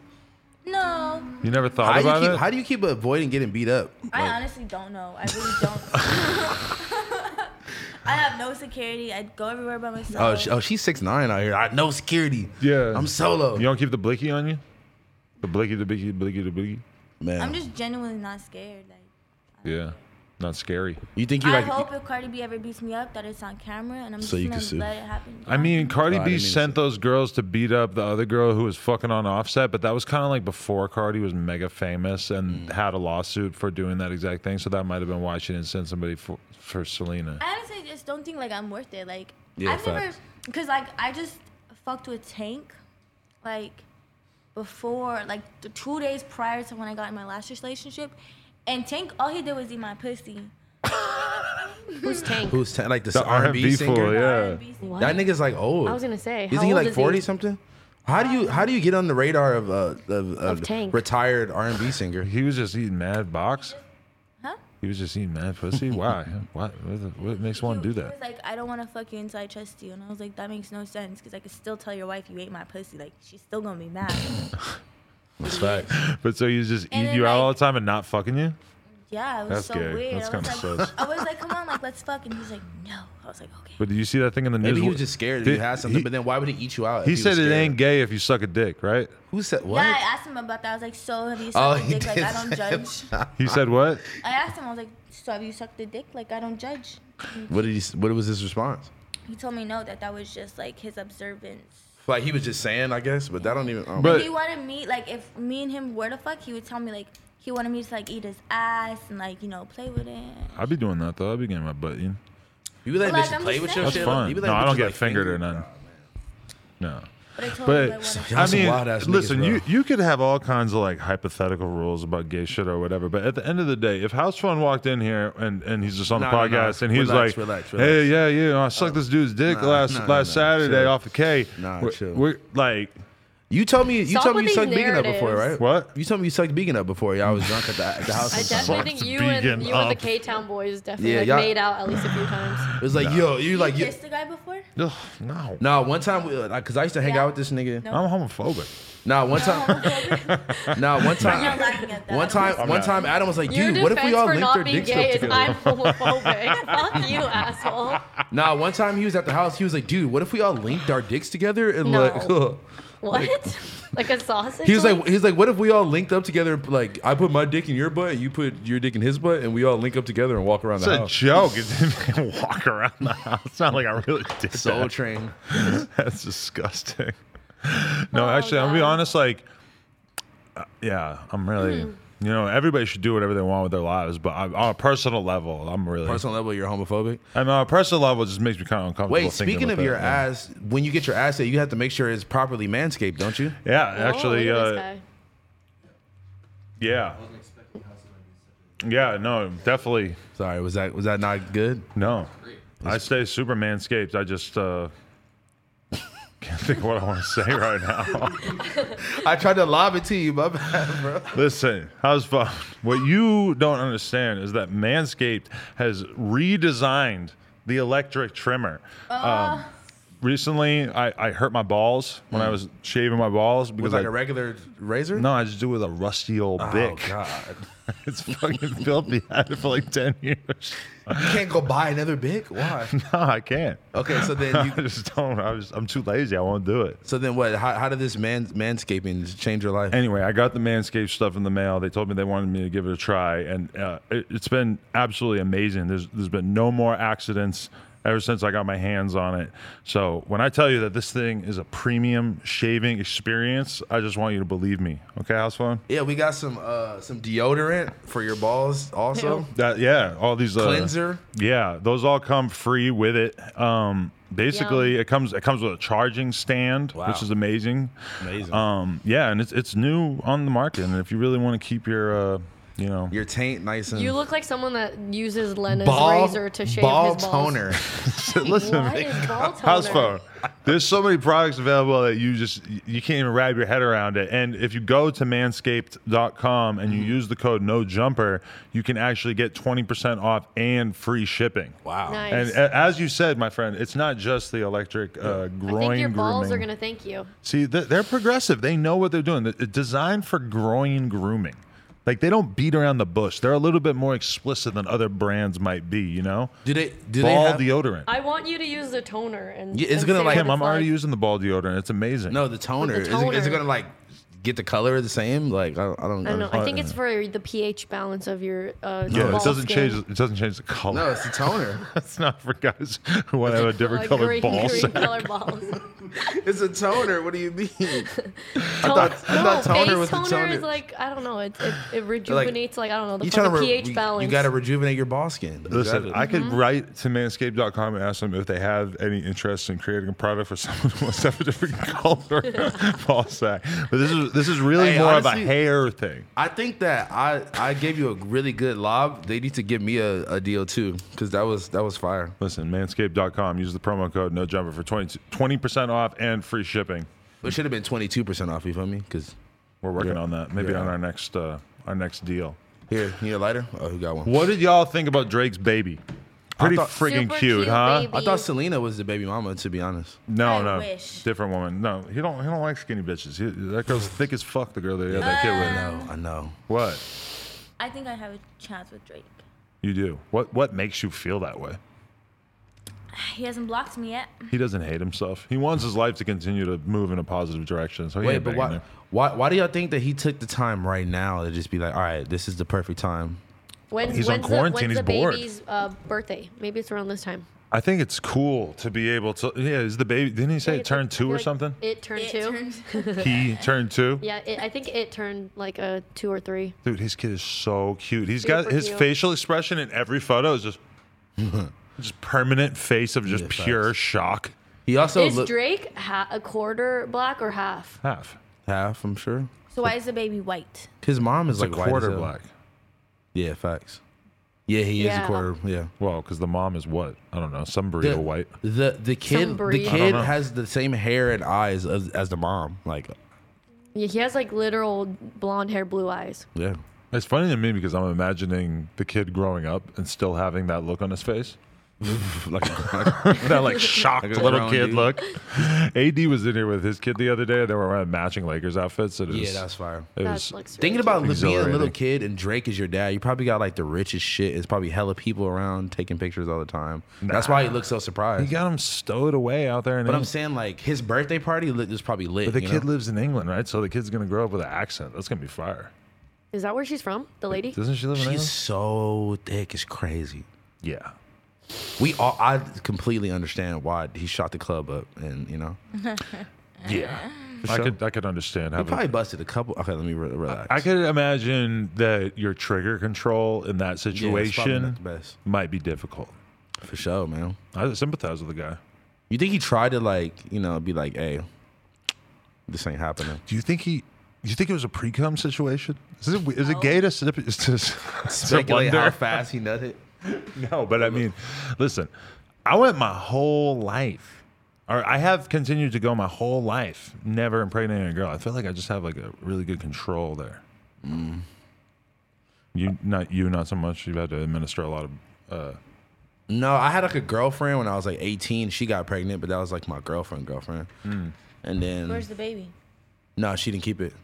No, You never thought How do you about keep, it? how do you keep avoiding getting beat up? I Like, honestly don't know. I really don't. I have no security. I go everywhere by myself. oh, she, oh, she's six nine out here. I no security. Yeah. I'm solo. You don't keep the blicky on you? The blicky, the blicky, blicky, the blicky? Man, I'm just genuinely not scared. Like, Yeah. Not scary. You think you I like? hope if Cardi B ever beats me up, that it's on camera, and I'm So you can just sue. gonna let it happen. I mean, Cardi Oh, I B didn't even sent those girls to beat up the other girl who was fucking on Offset, but that was kind of like before Cardi was mega famous and Mm. had a lawsuit for doing that exact thing. So that might have been why she didn't send somebody for, for Selena. I honestly just don't think like I'm worth it. Like Yeah, I've never, facts. because like I just fucked with Tank, like before, like the two days prior to when I got in my last relationship, and Tank all he did was eat my pussy. Who's Tank? Who's t- like the, The R&B, R&B singer? fool, yeah. R&B singer. What? That nigga's like old. I was gonna say, Isn't how he old like is he? forty something? How do you how do you get on the radar of uh, of, of, Tank. retired R and B singer? He was just eating mad box. Huh? He was just eating mad pussy. Why? What? What, the- what makes one He- do He was that? like, I don't want to fuck you until I trust you, and I was like, that makes no sense because I could still tell your wife you ate my pussy. Like she's still gonna be mad. That's facts. But so he was just And eating then, you out all like- the time and not fucking you? yeah, it was That's so gay. weird. That's I was like, kinda sus. I was like, come on, like let's fuck, and he's like, no. I was like, okay. But did you see that thing in the news? Maybe he was just scared that Did- you had something, he- but then why would he eat you out? if He was said it scared? ain't gay if you suck a dick, right? Who said what? Yeah, I asked him about that. I was like, so have you Oh, sucked a he dick? Like, did I don't say judge. He said what? I asked him, I was like, so have you sucked a dick? Like, I don't judge. What did he? s- What was his response? He told me no, that that was just like his observance. Like he was just saying, I guess, but that don't even. I don't But- he wanted me, like, if me and him were to fuck, he would tell me, like, he wanted me to, like, eat his ass and, like, you know, play with it. I'd be doing that though. I'd be getting my butt in. You be letting Like, bitches I'm play just with your saying. That's shit. fun. You be No, letting I don't bitches, get like, fingered finger- or nothing. No. But I told him I But wanted Y'all I some mean, wild-ass niggas, listen, bro. you you could have all kinds of like hypothetical rules about gay shit or whatever, but at the end of the day, if House Fun walked in here and, and he's just on the No, no, no. podcast and he's like, Relax, relax, hey, relax. Uh, yeah, yeah, I sucked this dude's dick Nah, last nah, last nah, nah, Saturday chill. off of K. Nah, we're, chill. we're, like, You told me. You Stop told me with you these sucked vegan up before, right? narratives. What? You told me you sucked vegan up before. Yeah, I was drunk at the, at the house. I or something. definitely think Fucked you and vegan you and the up. K Town boys definitely Yeah, like y'all- made out at least a few times. It was like, yo, you like, You you, kissed the guy before? ugh, no, no. One time, we, like, cause I used to hang Yeah. out with this nigga. No. I'm homophobic. Nah, one No, time, I'm homophobic. nah, one Oh, I'm time, laughing at that. one time, not. one time. Adam was like, Your dude, what if defense we all for linked our not being dicks gay up is together? I'm homophobic. Fuck you, asshole. Nah, one time he was at the house. He was like, dude, what if we all linked our dicks together and No. like. What? Like a sausage? He was like, link? he was like, what if we all linked up together? and, Like, I put my dick in your butt, and you put your dick in his butt, and we all link up together and walk around It's the a house. joke. It didn't walk around the house. It's not like I really did Soul that. train. That's disgusting. No, Oh, actually, I'm gonna be God. honest. Like, uh, yeah, I'm really. Hmm. You know, everybody should do whatever they want with their lives, but I, on a personal level, I'm really. Personal level, you're homophobic. I mean, on a personal level, it just makes me kind of uncomfortable. Wait, thinking speaking about of your that, yeah. ass, when you get your ass, out, you have to make sure it's properly manscaped, don't you? Yeah, Whoa, actually, Oh, look at this uh, guy. yeah, yeah, no, definitely Sorry, was that was that not good? no. I stay super manscaped. I just uh, can't think of what I want to say right now. I tried to lob it to you, my bad, bro. Listen, how's fun? What you don't understand is that Manscaped has redesigned the electric trimmer. Um, recently, I, I hurt my balls when I was shaving my balls because Was like I- a regular razor? no, I just do it with a rusty old Oh bick. God! It's fucking filthy. I had it for like ten years. You can't go buy another big. Why? No, I can't. Okay, so then I you, just don't. I was, I'm too lazy. I won't do it. so then what? How, how did this man manscaping change your life? Anyway, I got the Manscaped stuff in the mail. They told me they wanted me to give it a try, and uh, it, it's been absolutely amazing. There's there's been no more accidents ever since I got my hands on it. So when I tell you that this thing is a premium shaving experience, I just want you to believe me. Okay, house phone. Yeah, we got some uh some deodorant for your balls also. That yeah, all these uh, Cleanser. Yeah, those all come free with it. Um, basically, Yum. it comes it comes with a charging stand, Wow. which is amazing. Amazing. Um, yeah, and it's it's new on the market, and if you really want to keep your uh, you know, Your taint nice and You look like someone that uses Lena's ball, razor to shave ball his balls. toner. listen, What is ball toner? House phone. There's so many products available that you just you can't even wrap your head around it. And if you go to manscaped.com and Mm-hmm. you use the code no jumper, you can actually get 20% off and free shipping. wow. Nice. And a- as you said, my friend, it's not just the electric uh, I groin think your balls grooming. are gonna thank you. See, th- they're progressive. They know what they're doing. It's designed for groin grooming. Like they don't beat around the bush. They're a little bit more explicit than other brands might be. You know, Do they do ball they have, deodorant. I want you to use the toner and. Yeah, it's and gonna say like- what Kim, I'm it's already like. using the ball deodorant. It's amazing. No, the toner. Is, it, is it toner. gonna like get the color the same? Like I, don't- I don't. I don't know. I Uh, think it's for the pH balance of your. Uh, Yeah, ball it doesn't skin. change. It doesn't change the color. No, it's the toner. it's not for guys who want to have a different Uh, color green, ball green sack. color balls. it's a toner. What do you mean? I Tone- thought, I thought no, toner base was toner the toner. is like I don't know. It it, it rejuvenates like, I don't know the, you for trying the to re- pH balance. You got to rejuvenate your ball skin. Listen, Exactly. I Mm-hmm. could write to manscaped.com and ask them if they have any interest in creating a product for someone who wants to have a different color ball sack. But this is this is really Hey, more of honestly- a hair thing. I think that I I gave you a really good lob. They need to give me a, a deal too because that was that was fire. Listen, manscaped.com. Use the promo code no jumper for 20 percent off and free shipping. It should have been twenty two percent off. You feel me? Because We're working on that. Maybe Yeah. on our next uh, our next deal. here, you need a lighter? Oh, who got one? What did y'all think about Drake's baby? Pretty thought- friggin' Super cute, cute huh? baby. I thought Selena was the baby mama. To be honest, No, I no, wish. different woman. No, he don't. He don't like skinny bitches. He, that girl's thick as fuck. The girl that he had that kid Uh, I with. know, I know. What I think I have a chance with Drake. you do? What what makes you feel that way? He hasn't blocked me yet. He doesn't hate himself. He wants his life to continue to move in a positive direction. So he Wait, ain't but begging why, there. why why do y'all think that he took the time right now to just be like, all right, this is the perfect time? When's, He's on when's quarantine, The, he's when's the bored. baby's uh, birthday? Maybe it's around this time. I think it's cool to be able to. Yeah, is the baby? Didn't he say it It's like- turned I two feel or like something? It turned It two. turns- he turned two. yeah, it, I think it turned like a two or three. Dude, his kid is so cute. He's Super got his cute. facial expression in every photo is just just permanent face of just Yeah, pure facts. shock. He Oh, also Is looked Drake ha- a quarter black or half? Half. half. I'm sure So why is the baby white? his mom is It's like a white as quarter hell. black. Yeah, facts. Yeah, he is Yeah. a quarter. Yeah. Well, because the mom is what? I don't know, some burrito The, white. the the kid the breed. I don't kid know. has the same hair and eyes as, as the mom like Yeah, he has like literal blonde hair, blue eyes. yeah It's funny to me because I'm imagining the kid growing up and still having that look on his face. like that like shocked Like a little grown kid dude. look. AD was in here with his kid the other day. They were wearing matching Lakers outfits. It was, yeah that's fire. it That was looks Thinking really about li- being a Exhilarating. little kid and Drake is your dad, you probably got like the richest shit. It's probably hella people around taking pictures all the time. That's why he looks so he surprised. got him stowed away out there. In but I'm England. saying like his birthday party lit- is probably lit. But the you kid know? lives in England, right? So the kid's gonna grow up with an accent. That's gonna be fire. Is that where she's from? The lady? Doesn't she live in She's England? so thick, it's crazy. Yeah. We all I completely understand why he shot the club up, and you know Yeah. I sure. could I could understand he having probably busted a couple. Okay, let me re- relax. I could imagine that your trigger control in that probably not situation the best. might be difficult. for sure, man. I sympathize with the guy. You think he tried to like, you know, be like, hey, this ain't happening. Do you think he? Do you think it was a pre-cum situation? Is it is it gay to, sip- to, to wonder? fast he nutted. No, Oh, but I mean, listen, I went my whole life, or I have continued to go my whole life, never impregnating a girl. I feel like I just have like a really good control there. Mm. You not you not so much. You've had to administer a lot of. Uh, No, I had like a girlfriend when I was like 18. She got pregnant, but that was like my girlfriend, girlfriend. Hmm. And then Where's the baby? no, she didn't keep it.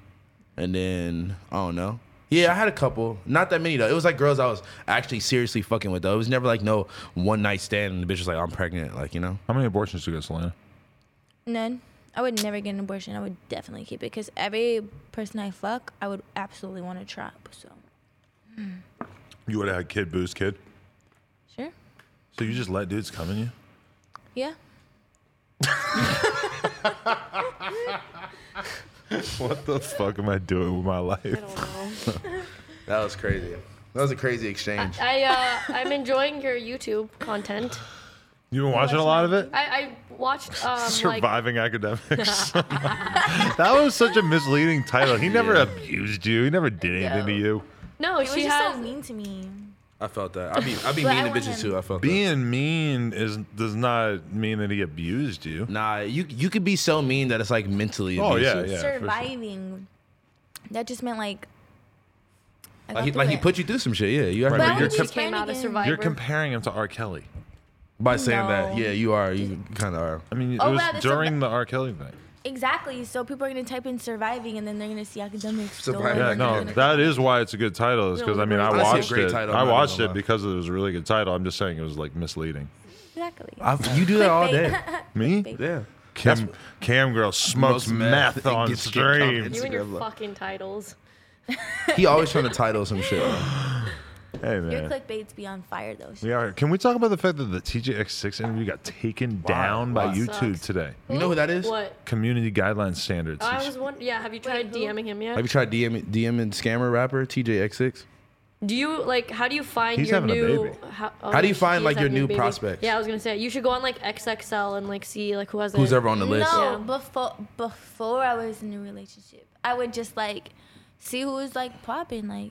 And then I don't know. Yeah, I had a couple. Not that many though. It was like girls I was actually seriously fucking with though. It was never like no one night stand and the bitch was like, I'm pregnant, like you know. how many abortions do you get, Selena? None. I would never get an abortion. I would definitely keep it because every person I fuck, I would absolutely want to trap. So You would have had kid booze, kid. sure, So you just let dudes come in you. yeah. What the fuck am I doing with my life? I don't know. That was crazy. That was a crazy exchange. I uh, I'm enjoying your YouTube content. You've been watching a lot of it. I, I watched um, like Surviving academics. that was such a misleading title. He never abused you. He never did anything to you. no, She she was just has so mean to me. I felt that. I be I be mean But I to want bitches him- too. I felt that. Being mean is does not mean that he abused you. Nah, you you could be so mean that it's like mentally. Oh, yeah, abusive. yeah. for sure. Surviving. That just meant like. I got Like he, through like he it. put you through some shit. Yeah, you act Right, But but I you're would com- use came friend out a again. survivor. You're comparing him to R. Kelly. by saying that. No. Yeah, you are. You kind of are. I mean, it Oh, was wow, that's so during bad. the R. Kelly thing. Exactly. So people are gonna type in surviving, and then they're gonna see academic Surviving. Yeah, Right, no, right. that is why it's a good title. Is because I mean, I Honestly, a watched great it. title, I I'm not gonna watched it lie. because it was a really good title. I'm just saying it was like misleading. Exactly. I, you do that all day. Me? Yeah. Kim, cam girl smokes Smokes meth, meth. It on gets kicked out. stream. You and your Instagram look. fucking titles. He always trying to title some shit. Hey Your man. clickbait's be on fire though. We are. Can we talk about the fact that the TJX6 interview got taken down by YouTube Sucks. today? You know who that is? What? Community guideline standards. I was wondering. Yeah, have you tried Wait, who? DMing him yet? Have you tried DM DMing scammer rapper TJX6? Do you like? How do you find He's your having a new? baby. How, oh, How do you she find, is like, your having a new baby. prospects? Yeah, I was gonna say you should go on like XXL and like see like who has Who's the- ever on the list? No, Yeah. before before I was in a relationship, I would just like see who was like popping, like,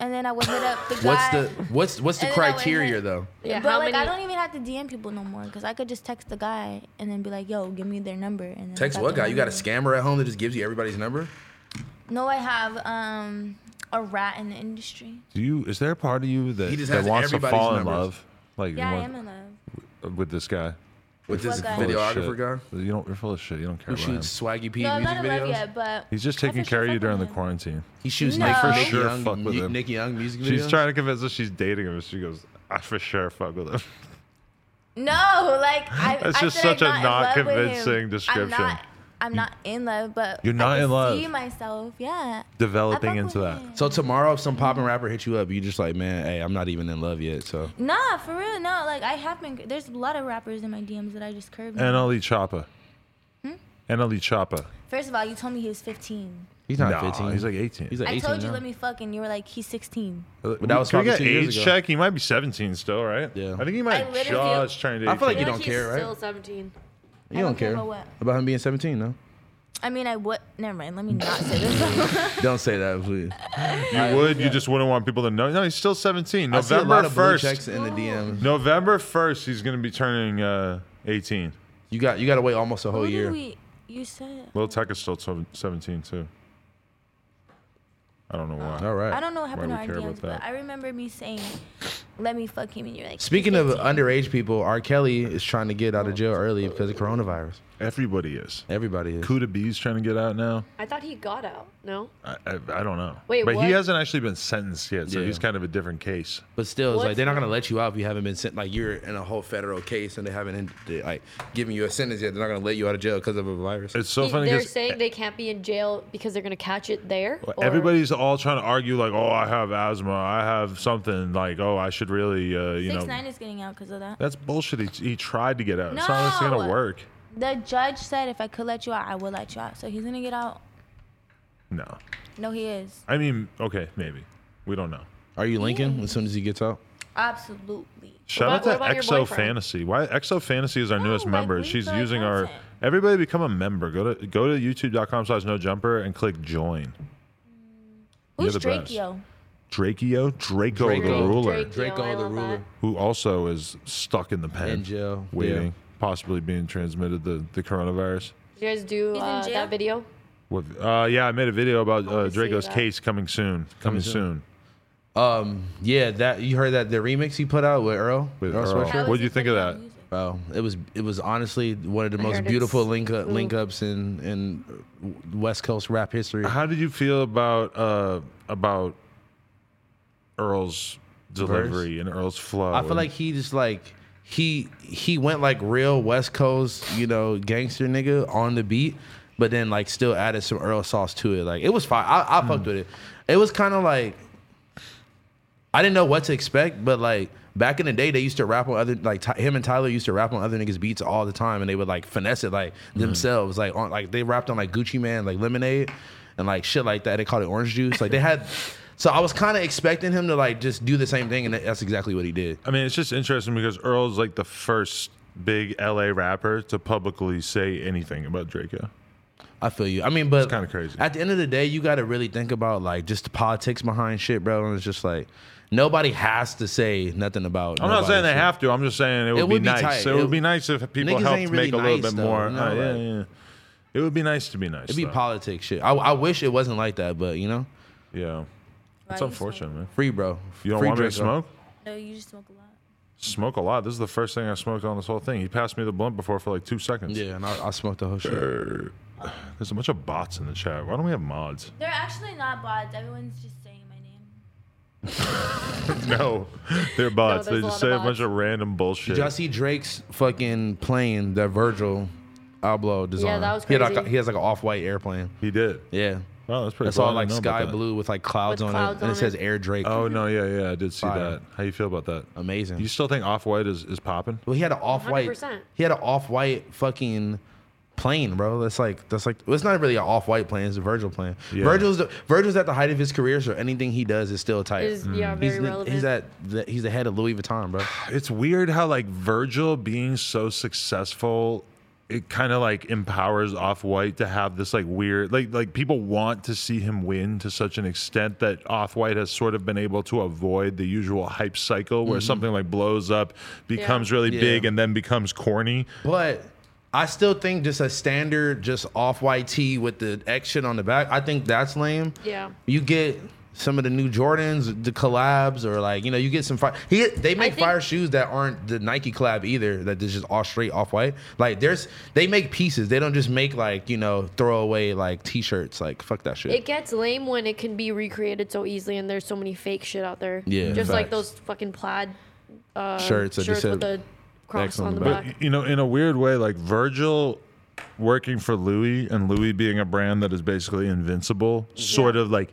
and then I would hit up the guy. What's the what's what's the And then I went criteria hit- though? Yeah, but how like I many- don't even have to DM people no more because I could just text the guy and then be like, "Yo, give me their number." And then I Text got what their guy? You got a number. scammer at home that just gives you everybody's number? No, I have um a rat in the industry. Do you? Is there a part of you that, He just that has wants to everybody's fall in numbers. love, like Yeah, you I want- am in love. with this guy? With this What guy? Full of videographer shit. guy You don't. You're full of shit. You don't care who about him. shoots swaggy P No, I'm music not in love videos. yet, but He's just I for taking sure care of you fuck during the with him. quarantine. He shoots No. Nick For Nick sure Young, fuck with Nick, him. Nick Young music videos. She's trying to convince us she's dating him. She goes, "I for sure fuck with him." No, like I. That's I just feel like such a in not love with him. convincing description. I'm not, I'm not in love, but You're not I can in love. See myself, yeah. Developing I fuck into with that. him. So tomorrow, if some poppin' rapper hits you up, you just like, man, hey, I'm not even in love yet. So Nah, for real, no. Like I have been. There's a lot of rappers in my DMs that I just curved. And uh, Ali Choppa. Hmm? And Ali Choppa. First of all, you told me he was 15. he's E Nah, He's like 18. he's like I 18 told you now. let me fuck, and you were like, he's 16. but that was probably get two years age ago. check. He might be 17 still, right? Yeah. I think he might I literally- just turn to 18. I feel like you I feel don't like care, he's right? Still 17. You I don't don't care care about what. about him being 17, no? I mean, I would. Never mind. Let me not say this. Don't say that, please. you would. You just wouldn't want people to know. No, he's still 17. I see a lot November of blue 1st. checks in the DMs. November 1st, he's going to be turning uh, 18. You got you got to wait almost a whole Who did year. we- You said. Lil Tech is still sev- 17, too. I don't know why. All right. I don't know what happened to Why our do we care DMs, about but that? I remember me saying, "Let me fuck him," and you're like. "He's Speaking of 15." underage people, R. Kelly is trying to get out of jail early because of coronavirus. Everybody is. Everybody is. Kuda B's trying to get out now. I thought he got out. No. I, I, I don't know. Wait, but what? he hasn't actually been sentenced yet, so Yeah. he's kind of a different case. But still, it's like What's they're not the- gonna let you out if you haven't been sent. Like you're in a whole federal case and they haven't in- they, like given you a sentence yet. They're not gonna let you out of jail because of a virus. It's so He- funny e-, they're because saying they can't be in jail because they're gonna catch it there. But or- Everybody's all trying to argue like, oh, I have asthma, I have something like, oh, I should really, uh, you Six know. nine is getting out because of that. That's bullshit. He, he tried to get out. It's not honestly gonna No! work. The judge said if I could let you out, I would let you out. So he's gonna get out. No, No, he is. I mean, okay, maybe. We don't know. Are you Lincoln as soon as he gets out? Absolutely. Shout about- what out to about your EXO boyfriend? Fantasy. Why EXO Fantasy is our No, newest like, member. we She's enjoy using our. content. Everybody become a member. Go to go to youtube.com slash no jumper and click join. You're Who's the best. Drakeo? Drakeo, Draco, the Draco. ruler, Drake- Draco I the love ruler. that. who also is stuck in the pen, In jail. waiting, Yeah. possibly being transmitted the the coronavirus. Did you guys do He's in uh, jail? that video? What, uh, yeah, I made a video about uh, wanna see Draco's that. case coming soon. Coming, soon. Um, yeah, that you heard that the remix he put out with Earl. With Earl. Sweatshirt? How is What'd you he think of putting out that? music? Bro, it was it was honestly one of the most heard beautiful it's- link up, link ups in in West Coast rap history. How did you feel about uh, about Earl's delivery and Earl's flow? I feel and- like he just like he he went like real West Coast, you know, gangster nigga on the beat, but then like still added some Earl sauce to it. Like it was fine. I, I fucked with it. It was kind of like I didn't know what to expect, but like back in the day, they used to rap on other like Ty- him and Tyler used to rap on other niggas beats all the time, and they would like finesse it like themselves, like on like they rapped on like Gucci Man, like Lemonade, and like shit like that. They called it orange juice. Like they had. So I was kind of expecting him to like just do the same thing, and that's exactly what he did. I mean, it's just interesting because Earl's like the first big LA rapper to publicly say anything about Draco. I feel you. I mean, but kinda crazy. At the end of the day, you got to really think about like just the politics behind shit, bro. And it's just like nobody has to say nothing about. I'm not saying they have to. I'm just saying it would, would be, be nice. tight. It, would It- be nice if people Niggas helped ain't make really a little nice, bit though, more. you know, Uh, yeah, like- yeah, yeah. It would be nice to be nice. It'd be though. politics shit. I, I wish it wasn't like that, but you know, yeah, Why it's do you unfortunate, man. free bro. You don't free want me to Draco. smoke? smoke? No, you just smoke a lot. Smoke a lot. This is the first thing I smoked on this whole thing. He passed me the blunt before for like two seconds. Yeah, and I, I smoked the whole shit. There's a bunch of bots in the chat. Why don't we have mods? They're actually not bots. Everyone's just saying my name. no, they're bots. there's they a just lot say of a bunch bots. of random bullshit. Did y'all see Drake's fucking plane that Virgil Ablo design. that was He, had like a- crazy. he has like an off-white airplane. He did. Yeah, Wow, that's pretty that's cool. I all didn't like know about sky that. blue with like clouds With on clouds it, and on it says it. Air Drake. Oh no, yeah, yeah, I did see Fire. that. How you feel about that? Amazing. You still think Off White is, is popping? Well, he had an off-white. 100%. He had an off-white fucking plane, bro. That's like that's like well, it's not really an off-white plane. It's a Virgil plane. Yeah. Virgil's the, Virgil's at the height of his career, so anything he does is still tight. Is yeah, very he's the, relevant. he's at the, he's the head of Louis Vuitton, bro. It's weird how like Virgil being so successful, it kind of like empowers Off White to have this like weird like like people want to see him win to such an extent that Off White has sort of been able to avoid the usual hype cycle where something like blows up, becomes really Mm-hmm. Yeah. big, and then becomes corny. But I still think just a standard, just off white tee with the X shit on the back. I think that's lame. Yeah. You get some of the new Jordans, the collabs, or like you know, you get some fire. He, they make think- fire shoes that aren't the Nike collab either. That is just all straight off white. Like there's, they make pieces. They don't just make like you know throwaway like t-shirts. Like fuck that shit. It gets lame when it can be recreated so easily, and there's so many fake shit out there. Yeah, just like facts. those fucking plaid uh, Shirts shirts, that just with have the cross X on on the the back. back. you know, in a weird way, like Virgil working for Louis and Louis being a brand that is basically invincible, sort of like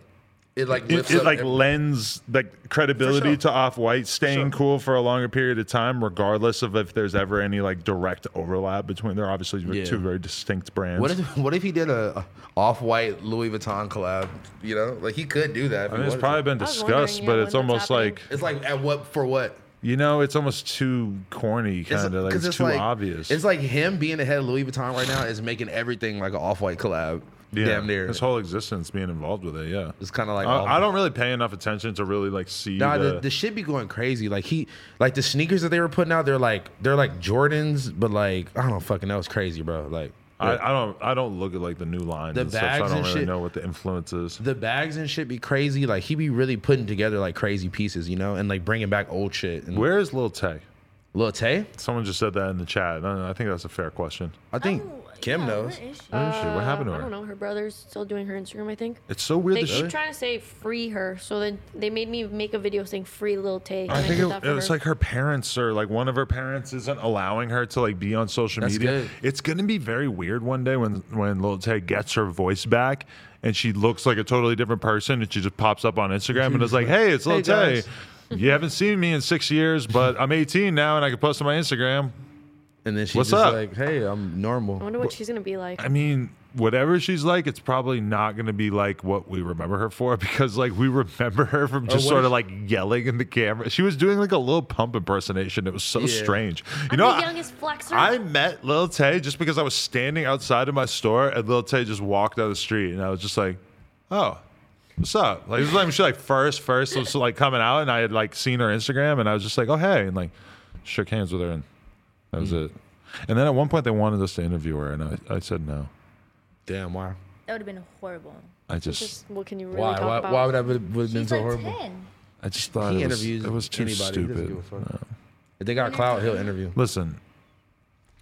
It like it, lifts it up like every- lends like credibility sure. to Off White staying cool for a longer period of time, regardless of if there's ever any like direct overlap between. They're obviously Yeah. two very distinct brands. What if what if he did a off white Louis Vuitton collab? You know, like he could do that. if I he mean, it's wanted to. probably been I was wondering, discussed, yeah, but when it's that's almost happening. like It's like at what for what? you know, it's almost too corny, It's- kind of like 'cause it's, too obvious. It's like him being the head of Louis Vuitton right now is making everything like an off-white collab. yeah, Damn near. his whole existence being involved with it. Yeah, it's kind of like all- I, I don't really pay enough attention to really like see. Nah, the, the, the shit be going crazy. Like he, like the sneakers that they were putting out, they're like they're like Jordans, but like I don't know, fucking that was crazy, bro. Like I, I don't. I don't look at like the new lines. The and stuff, so bags I and don't really shit. know what the influence is. the bags and shit be crazy. Like he be really putting together like crazy pieces, you know, and like bringing back old shit. And Where is Lil Tay? Lil Tay, Someone just said that in the chat. I I think that's a fair question. I think Oh, Kim yeah, knows. where is she? Where is she? What happened to Uh, I don't her? know. Her brother's still doing her Instagram, I think. It's so weird. They that she- keep trying to say free her, so then they made me make a video saying free Lil Tay. and I think did it, that it for was her. like her parents or like one of her parents isn't allowing her to like be on social That's media. good. It's gonna be very weird one day when when Lil Tay gets her voice back and she looks like a totally different person and she just pops up on Instagram and is like, "Hey, it's Lil Hey, Tay. guys." You haven't seen me in six years, but I'm 18 now and I can post on my Instagram." And then she's What's just up? like, "Hey, I'm normal." I wonder what she's gonna be like. I mean, whatever she's like, it's probably not going to be like what we remember her for because, like, we remember her from just what sort if- of like yelling in the camera. She was doing like a little pump impersonation. It was so Yeah. strange. You I'm know, the I- youngest flexer. I met Lil Tay just because I was standing outside of my store and Lil Tay just walked down the street and I was just like, oh, what's up? Like, this is like when she like first, first was like coming out and I had like seen her Instagram and I was just like, oh, hey. And like shook hands with her and that was Mm. it. And then at one point they wanted us to interview her and I, I said no. Damn, why? That would have been horrible. I just, Just, what can you really Why? talk Why, about? why would I would have been She's so like horrible? 10. I just thought it was, it was too He doesn't stupid. give a fuck. If they got clout, he'll interview. Listen,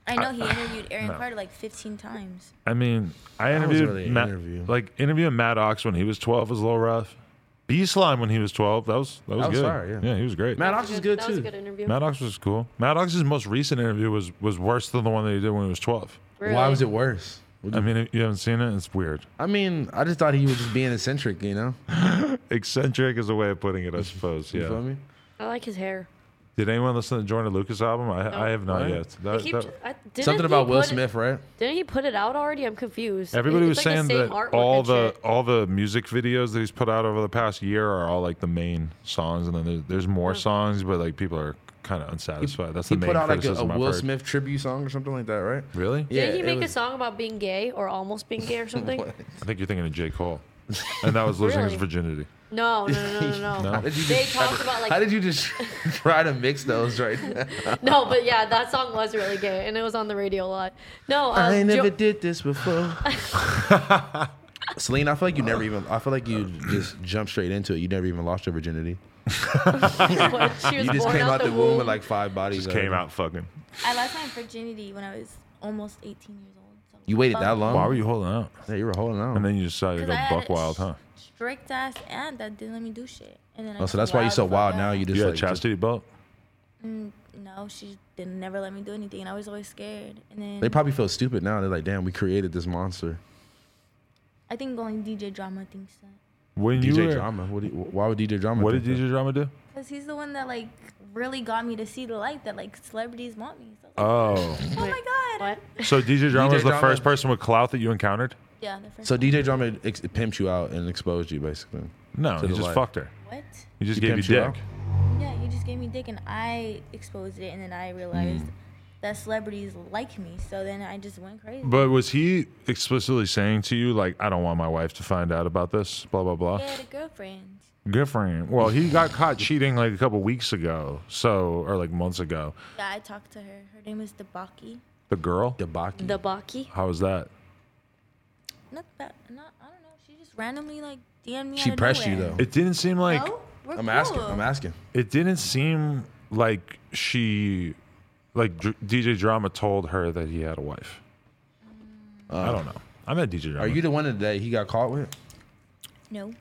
I know he interviewed Aaron Carter like 15 times. I mean, I wasn't interviewed really an Matt, interview. like interviewing Matt Ox when he was twelve was a little rough. B Slime when he was twelve, that was that was, was good. fire, yeah. he was great. Matt Matt, Ox That was is a good That was a too. good interview. Ox was cool. Matt Ox's most recent interview was was worse than the one that he did when he was twelve. Really. Why was it worse? I mean, if you haven't seen it, it's weird. I mean, I just thought he was just being eccentric, you know? Eccentric is a way of putting it, I suppose. You feel Yeah. me? I like his hair. Did anyone listen to the Jordan Lucas album? I, I have not Right. yet. I That- keep, that- I, didn't Uh, Something he about Will put it- Smith, right? Didn't he put it out already? I'm confused. Everybody was It's like the saying same that artwork all and the oh, shit. all the music videos that he's put out over the past year are all like the main songs, and then there's, there's more songs, but like people are kind of unsatisfied. That's He the main put out like a, a criticism I've Will heard. Smith tribute song or something like that, right? Really? Yeah, Didn't he it make was- a song about being gay or almost being gay or something? I think you're thinking of J Cole, and that was losing his Really? virginity. no, no, no, no, no. No? How did you They just, talked about how like did you just try to mix those right Uh, now? no, but yeah, that song was really gay and it was on the radio a lot. No, um, I never Jo- did this before. Celine, I feel like you never even. I feel like you just jumped straight into it. You never even lost your virginity. when she was You just born came out the womb with like five bodies. Just already. came out fucking. I lost my virginity when I was almost 18 years old. So You waited fuck. that long? Why were you holding out? Yeah, you were holding on. And then you decided to 'Cause go I had buck wild, huh? a Strict ass aunt that didn't let me do shit. And then oh, I so was that's why you're so as fuck wild out. now. You just You had a like just- chastity belt. Mm, No, she didn't never let me do anything, and I was always scared. And then They probably feel stupid now. They're like, damn, we created this monster. I think only DJ Drama thinks that. When you DJ were, Drama. What do you, why would DJ Drama? what think did that? DJ Drama do? Cause he's the one that like really got me to see the light that like celebrities want me. So I Oh, Uh, was like, oh my god. What? so DJ Drama was the Drama- first person with clout that you encountered? Yeah, the first. So DJ Drama ex- pimped you out and exposed you basically. No, To he the just light. fucked her. what? He just He gave you pimped you dick. out? Yeah, he just gave me dick, and I exposed it, and then Mm. I realized that celebrities like me. So then I just went crazy. But was he explicitly saying to you like, "I don't want my wife to find out about this"? Blah blah blah. I had a girlfriend. Good for him. Well, he got caught cheating like a couple weeks ago, so or like months ago. Yeah, I talked to her. Her name is Debaki. The girl. Debaki. The Baki? How was that? Not that. Not. I don't know. She just randomly like DM'd me. She out of pressed you, nowhere. though. It didn't seem like No, we're I'm asking. cool. I'm asking. it didn't seem like she like Dr- DJ Drama told her that he had a wife. I don't know. I met DJ Drama. Uh, Are you You, the one that he got caught with? No.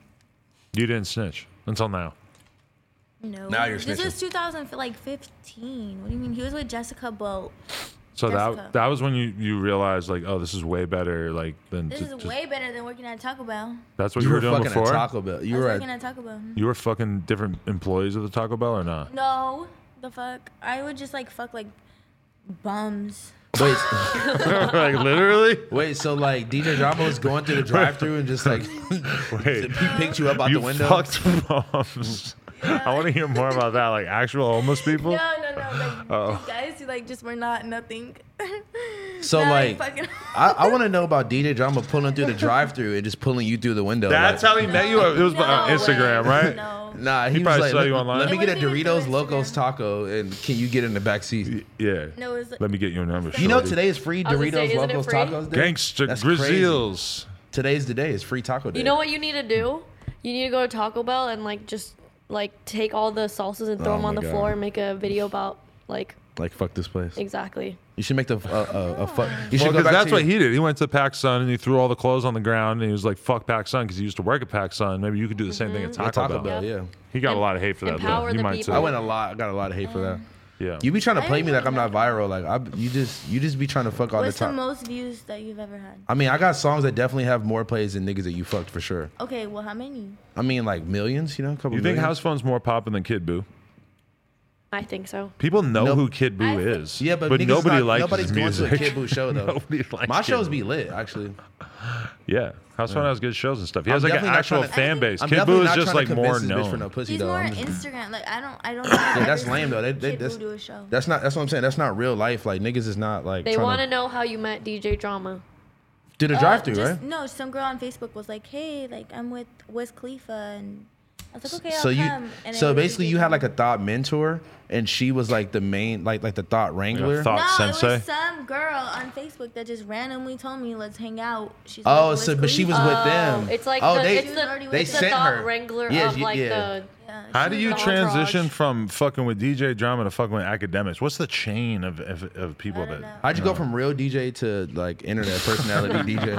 didn't snitch until now. No. Now you're This snitching. was 2000, like 15. What do you mean? He was with Jessica Boat. So Jessica. that that was when you you realized like, oh, this is way better. Like than This ju- is just- way better than working at Taco Bell. That's what you, were, doing fucking before. at Taco Bell. You I was were working at, at Taco Bell. you were fucking different employees of the Taco Bell or not? No, the fuck. I would just like fuck like bums. wait, like literally. wait. So like DJ Drama was going through the drive-through and just like he Wait. picked you up out you the window. fucked moms. I want to hear more about that. Like actual homeless people. No, no, no. Like these guys who like just were not nothing. Oh. So Not, like, fucking- I, I want to know about DJ Drama pulling through the drive-through and just pulling you through the window. That's like, how he met you. It was No on way. Instagram, right? No. Nah, he, was probably like, saw you "Let- online. Let me It get a wasn't even Doritos through Locos Instagram. taco, and can you get in the back seat? Yeah. No, it was like, Let me get your number. You know shorty. today is free I was gonna say, Doritos isn't it Locos free? Tacos Day. Gangster That's crazy. Grizzles. Today's the day. It's free taco day. You know what you need to do? You need to go to Taco Bell and like just like take all the salsas and throw Oh them on my the God. floor and make a video about like Like fuck this place. exactly. You should make the uh, uh, a fuck. You Well, should go 'cause back that's to what your- he did. He went to PacSun and he threw all the clothes on the ground and he was like, "Fuck PacSun," because he used to work at PacSun. Maybe you could do the same thing Mm-hmm. at Taco, Taco, Bell. Bell. Yeah, He got a lot of hate for that. Though. Empower You the might people. say. I went a lot. Got a lot of hate for that. Yeah. You be trying to I play me like didn't I'm not viral. Like I, you just you just be trying to fuck all the what's the time. most views that you've ever had? I mean, I got songs that definitely have more plays than niggas that you fucked for sure. Okay, well, how many? I mean, like millions. You know, a couple. You think million. House Phone's more popping than Kid Boo? I think so. People know Nope. who Kid Boo I think- is. Yeah, but, niggas nobody not, likes nobody's his going music. to a Kid Boo show though. Nobody likes My Kid shows Boo. be lit actually. Yeah, House Phone has good shows and stuff. He has like an definitely not actual tryna- fan I'm base. I'm Kid definitely Boo is not just trying like to more convince this bitch for no known. pussy She's though. more I'm just- Instagram. Like I don't, I don't. Yeah, that's lame though. That, that- Kid that's, Boo do a show. that's not that's what I'm saying. That's not real life. Like niggas is not like They tryna- want to know how you met DJ Drama. did a Uh, drive through just- right? No, some girl on Facebook was like, "Hey, like I'm with Wiz Khalifa," and I was like, "Okay, I'll so you come." And so basically you had like a thought mentor and she was like the main like like the thought wrangler. thought- no, it sensei? was some girl on Facebook that just randomly told me, "Let's hang out." She's Oh, with so Wiz but she was Khalifa. with them. Uh, It's like oh, the, they it's the, they it's the sent thought her. wrangler Yeah, of you- like yeah. the Yeah, Uh, she How do was you the- transition from fucking with DJ drama to fucking with academics? What's the chain of of, of people don't that How'd you go from real DJ to like internet personality DJ?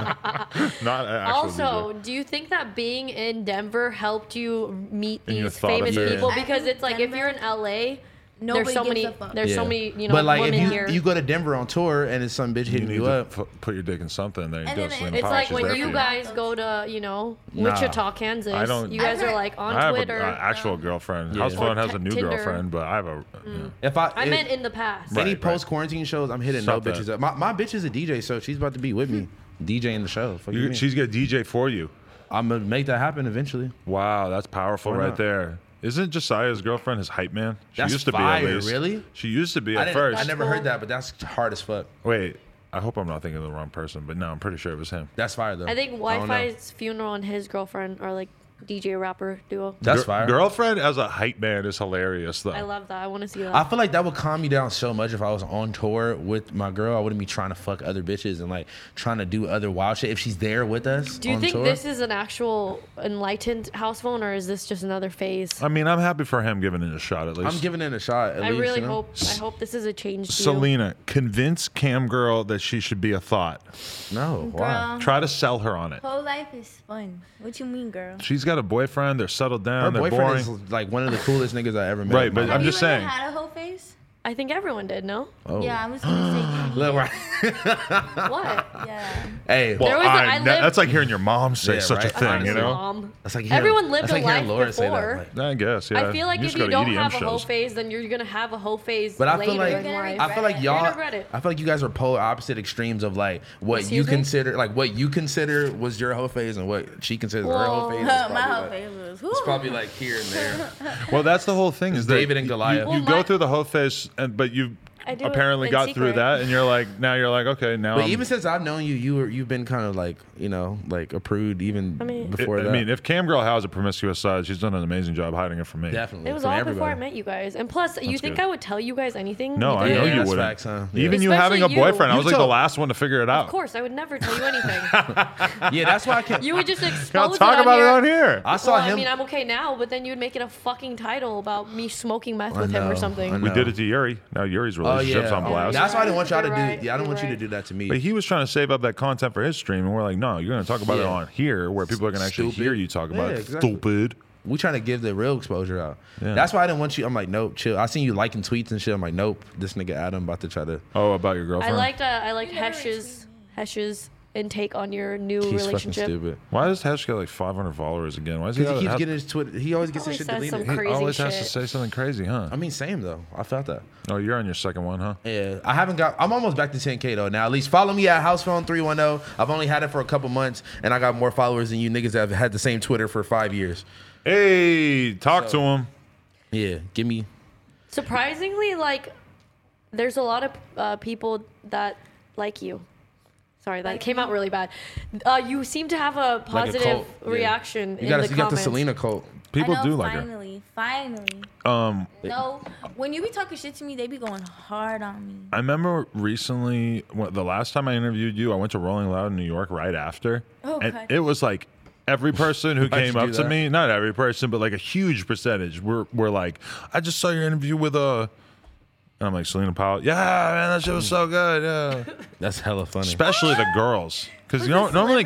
not a- actual also, do you think that being in Denver helped you meet And you these thought of famous it. people? I Because think it's like if you're in LA, Nobody there's so gives many a fuck. there's so Yeah. many you know But like women if you here. you go to Denver on tour and it's some bitch You hitting need you, to up, fu- put your dick in something. There you And go. then Slim it's It's Powell, like she's when there you for guys go to, you know, Nah. Wichita, Kansas. I don't- you guys I've are heard- like on I have Twitter. an actual girlfriend. House Yeah. phone Or has a new Tinder. girlfriend, but I have a. yeah. if I, I if- meant in the past. Right. any post quarantine shows, I'm hitting Stop no that. bitches up. My, my bitch is a DJ, so she's about to be with me Hmm. DJing the show. Fuck you You- mean? she's gonna DJ for you. I'm gonna make that happen eventually. Wow, that's powerful Why right not? there. Isn't Josiah's girlfriend his hype man? She That's used to be fire, at least. really? She used to be I, at didn't- first. I never That's heard cool. that, but that's hard as fuck. Wait, I hope I'm not thinking of the wrong person, but no, I'm pretty sure it was him. That's fire though. I think don't know. Wi Fi's funeral and his girlfriend are like DJ rapper duo. That's Gir- fire. Girlfriend as a hype man is hilarious though. I love that. I want to see that. I feel like that would calm me down so much if I was on tour with my girl. I wouldn't be trying to fuck other bitches and like trying to do other wild shit. If she's there with us, Do you on think tour, this is an actual enlightened house phone or is this just another phase? I mean, I'm happy for him giving it a shot at least. I'm giving it a shot. At I least, really you know? hope I hope this is a change to you. Selena, convince Cam Girl that she should be a thought. No, why? Girl, Try to sell her on it. whole life is fun. What you mean, girl? She's got a boyfriend. They're settled Her down. they're boyfriend boring. is like one of the coolest niggas I ever met. Right, in my but life. I'm Have just you saying. Ever had a whole face? I think everyone did. No, Oh. Yeah, I was gonna Look, right. what? say yeah. Hey, Well, There was a- I I kn- lived- that's like hearing your mom say Yeah, such right, a thing, you honestly. know? Mom. that's like hearing- Everyone lived that's a like hearing life Laura say that, before. like- I guess, yeah. I feel like you if just you go to don't EDM have a hoe shows. phase, then you're gonna have a hoe phase But I later feel like in life. I feel like You're y'all gonna regret it. I feel like you guys are polar opposite extremes of like what Excuse you me? consider like what you consider was your whole phase and what she considers her whole Well, phase. is probably, My whole like- face It's was whew. probably like here and there. Well, that's the whole thing is that David and you- Goliath. You, you Well, go my- through the whole phase, and but you I do it apparently in got through secret. that, and you're like, now you're like, okay, now. But I'm- even since I've known you, you were you've been kind of like you know like approved even I mean- before I that. mean, if Cam Girl has a promiscuous side, she's done an amazing job hiding it from me. definitely It was from all everybody. before I met you guys. And plus, you That's think good. I would tell you guys anything? No, I did. know Yeah, you that's wouldn't. facts, huh? Yeah. Even you Especially having a you. boyfriend, I You was like the told- last one to figure it out. Of course, I would never tell you anything. Yeah, that's why I can't. you would just Y'all expose talk it on about your, it on here. I saw well, him. I mean, I'm okay now, but then you'd make it a fucking title about me smoking meth with him know, or something. I We know. did it to Yuri. Now Yuri's oh relationship's yeah, on blast. that's why I didn't want y'all to You're right, do. Yeah, I didn't you're want you to right. do that to me. But he was trying to save up that content for his stream, and we're like, no, you're going to talk about it Yeah. on here where people are going to actually Stupid. hear you talk about Yeah, it. exactly. Stupid. we trying to give the real exposure out. Yeah. That's why I didn't want you. I'm like, nope, chill. I seen you liking tweets and shit. I'm like, nope, this nigga Adam about to try to. Oh, about your I girlfriend. liked uh, I liked never Hesh's Hesh's intake on your new He's fucking relationship. stupid. Why does Hesh get like 500 followers again? Why does he, Because he keeps have- getting his Twitter. He always gets his Always shit says deleted. some he crazy always has to shit. say something crazy, huh? I mean, same though. I felt that. oh, you're on your second one, huh? Yeah, I haven't got. I'm almost back to 10k though. Now at least follow me at Housephone 310. oh. I've only had it for a couple months, and I got more followers than you niggas that have had the same Twitter for five years. Hey, talk to him. Yeah, give me. Surprisingly, like there's a lot of uh, people that like you. Sorry, that came out really bad. Uh, you seem to have a positive cult, yeah. reaction You in got the you got the comments. Selena cult. People I know, do like her. finally, Finally, Um, No, when you be talking shit to me, they be going hard on me. I remember recently, when, the last time I interviewed you, I went to Rolling Loud in New York right after. Oh, and God. it was like every person who Why'd came you up do to that? me, not every person, but like a huge percentage, were, were like, I just saw your interview with Uh, and I'm like, Selena Powell. Yeah, man, that shit was so good. Yeah. That's hella funny. especially the girls because Was you know it normally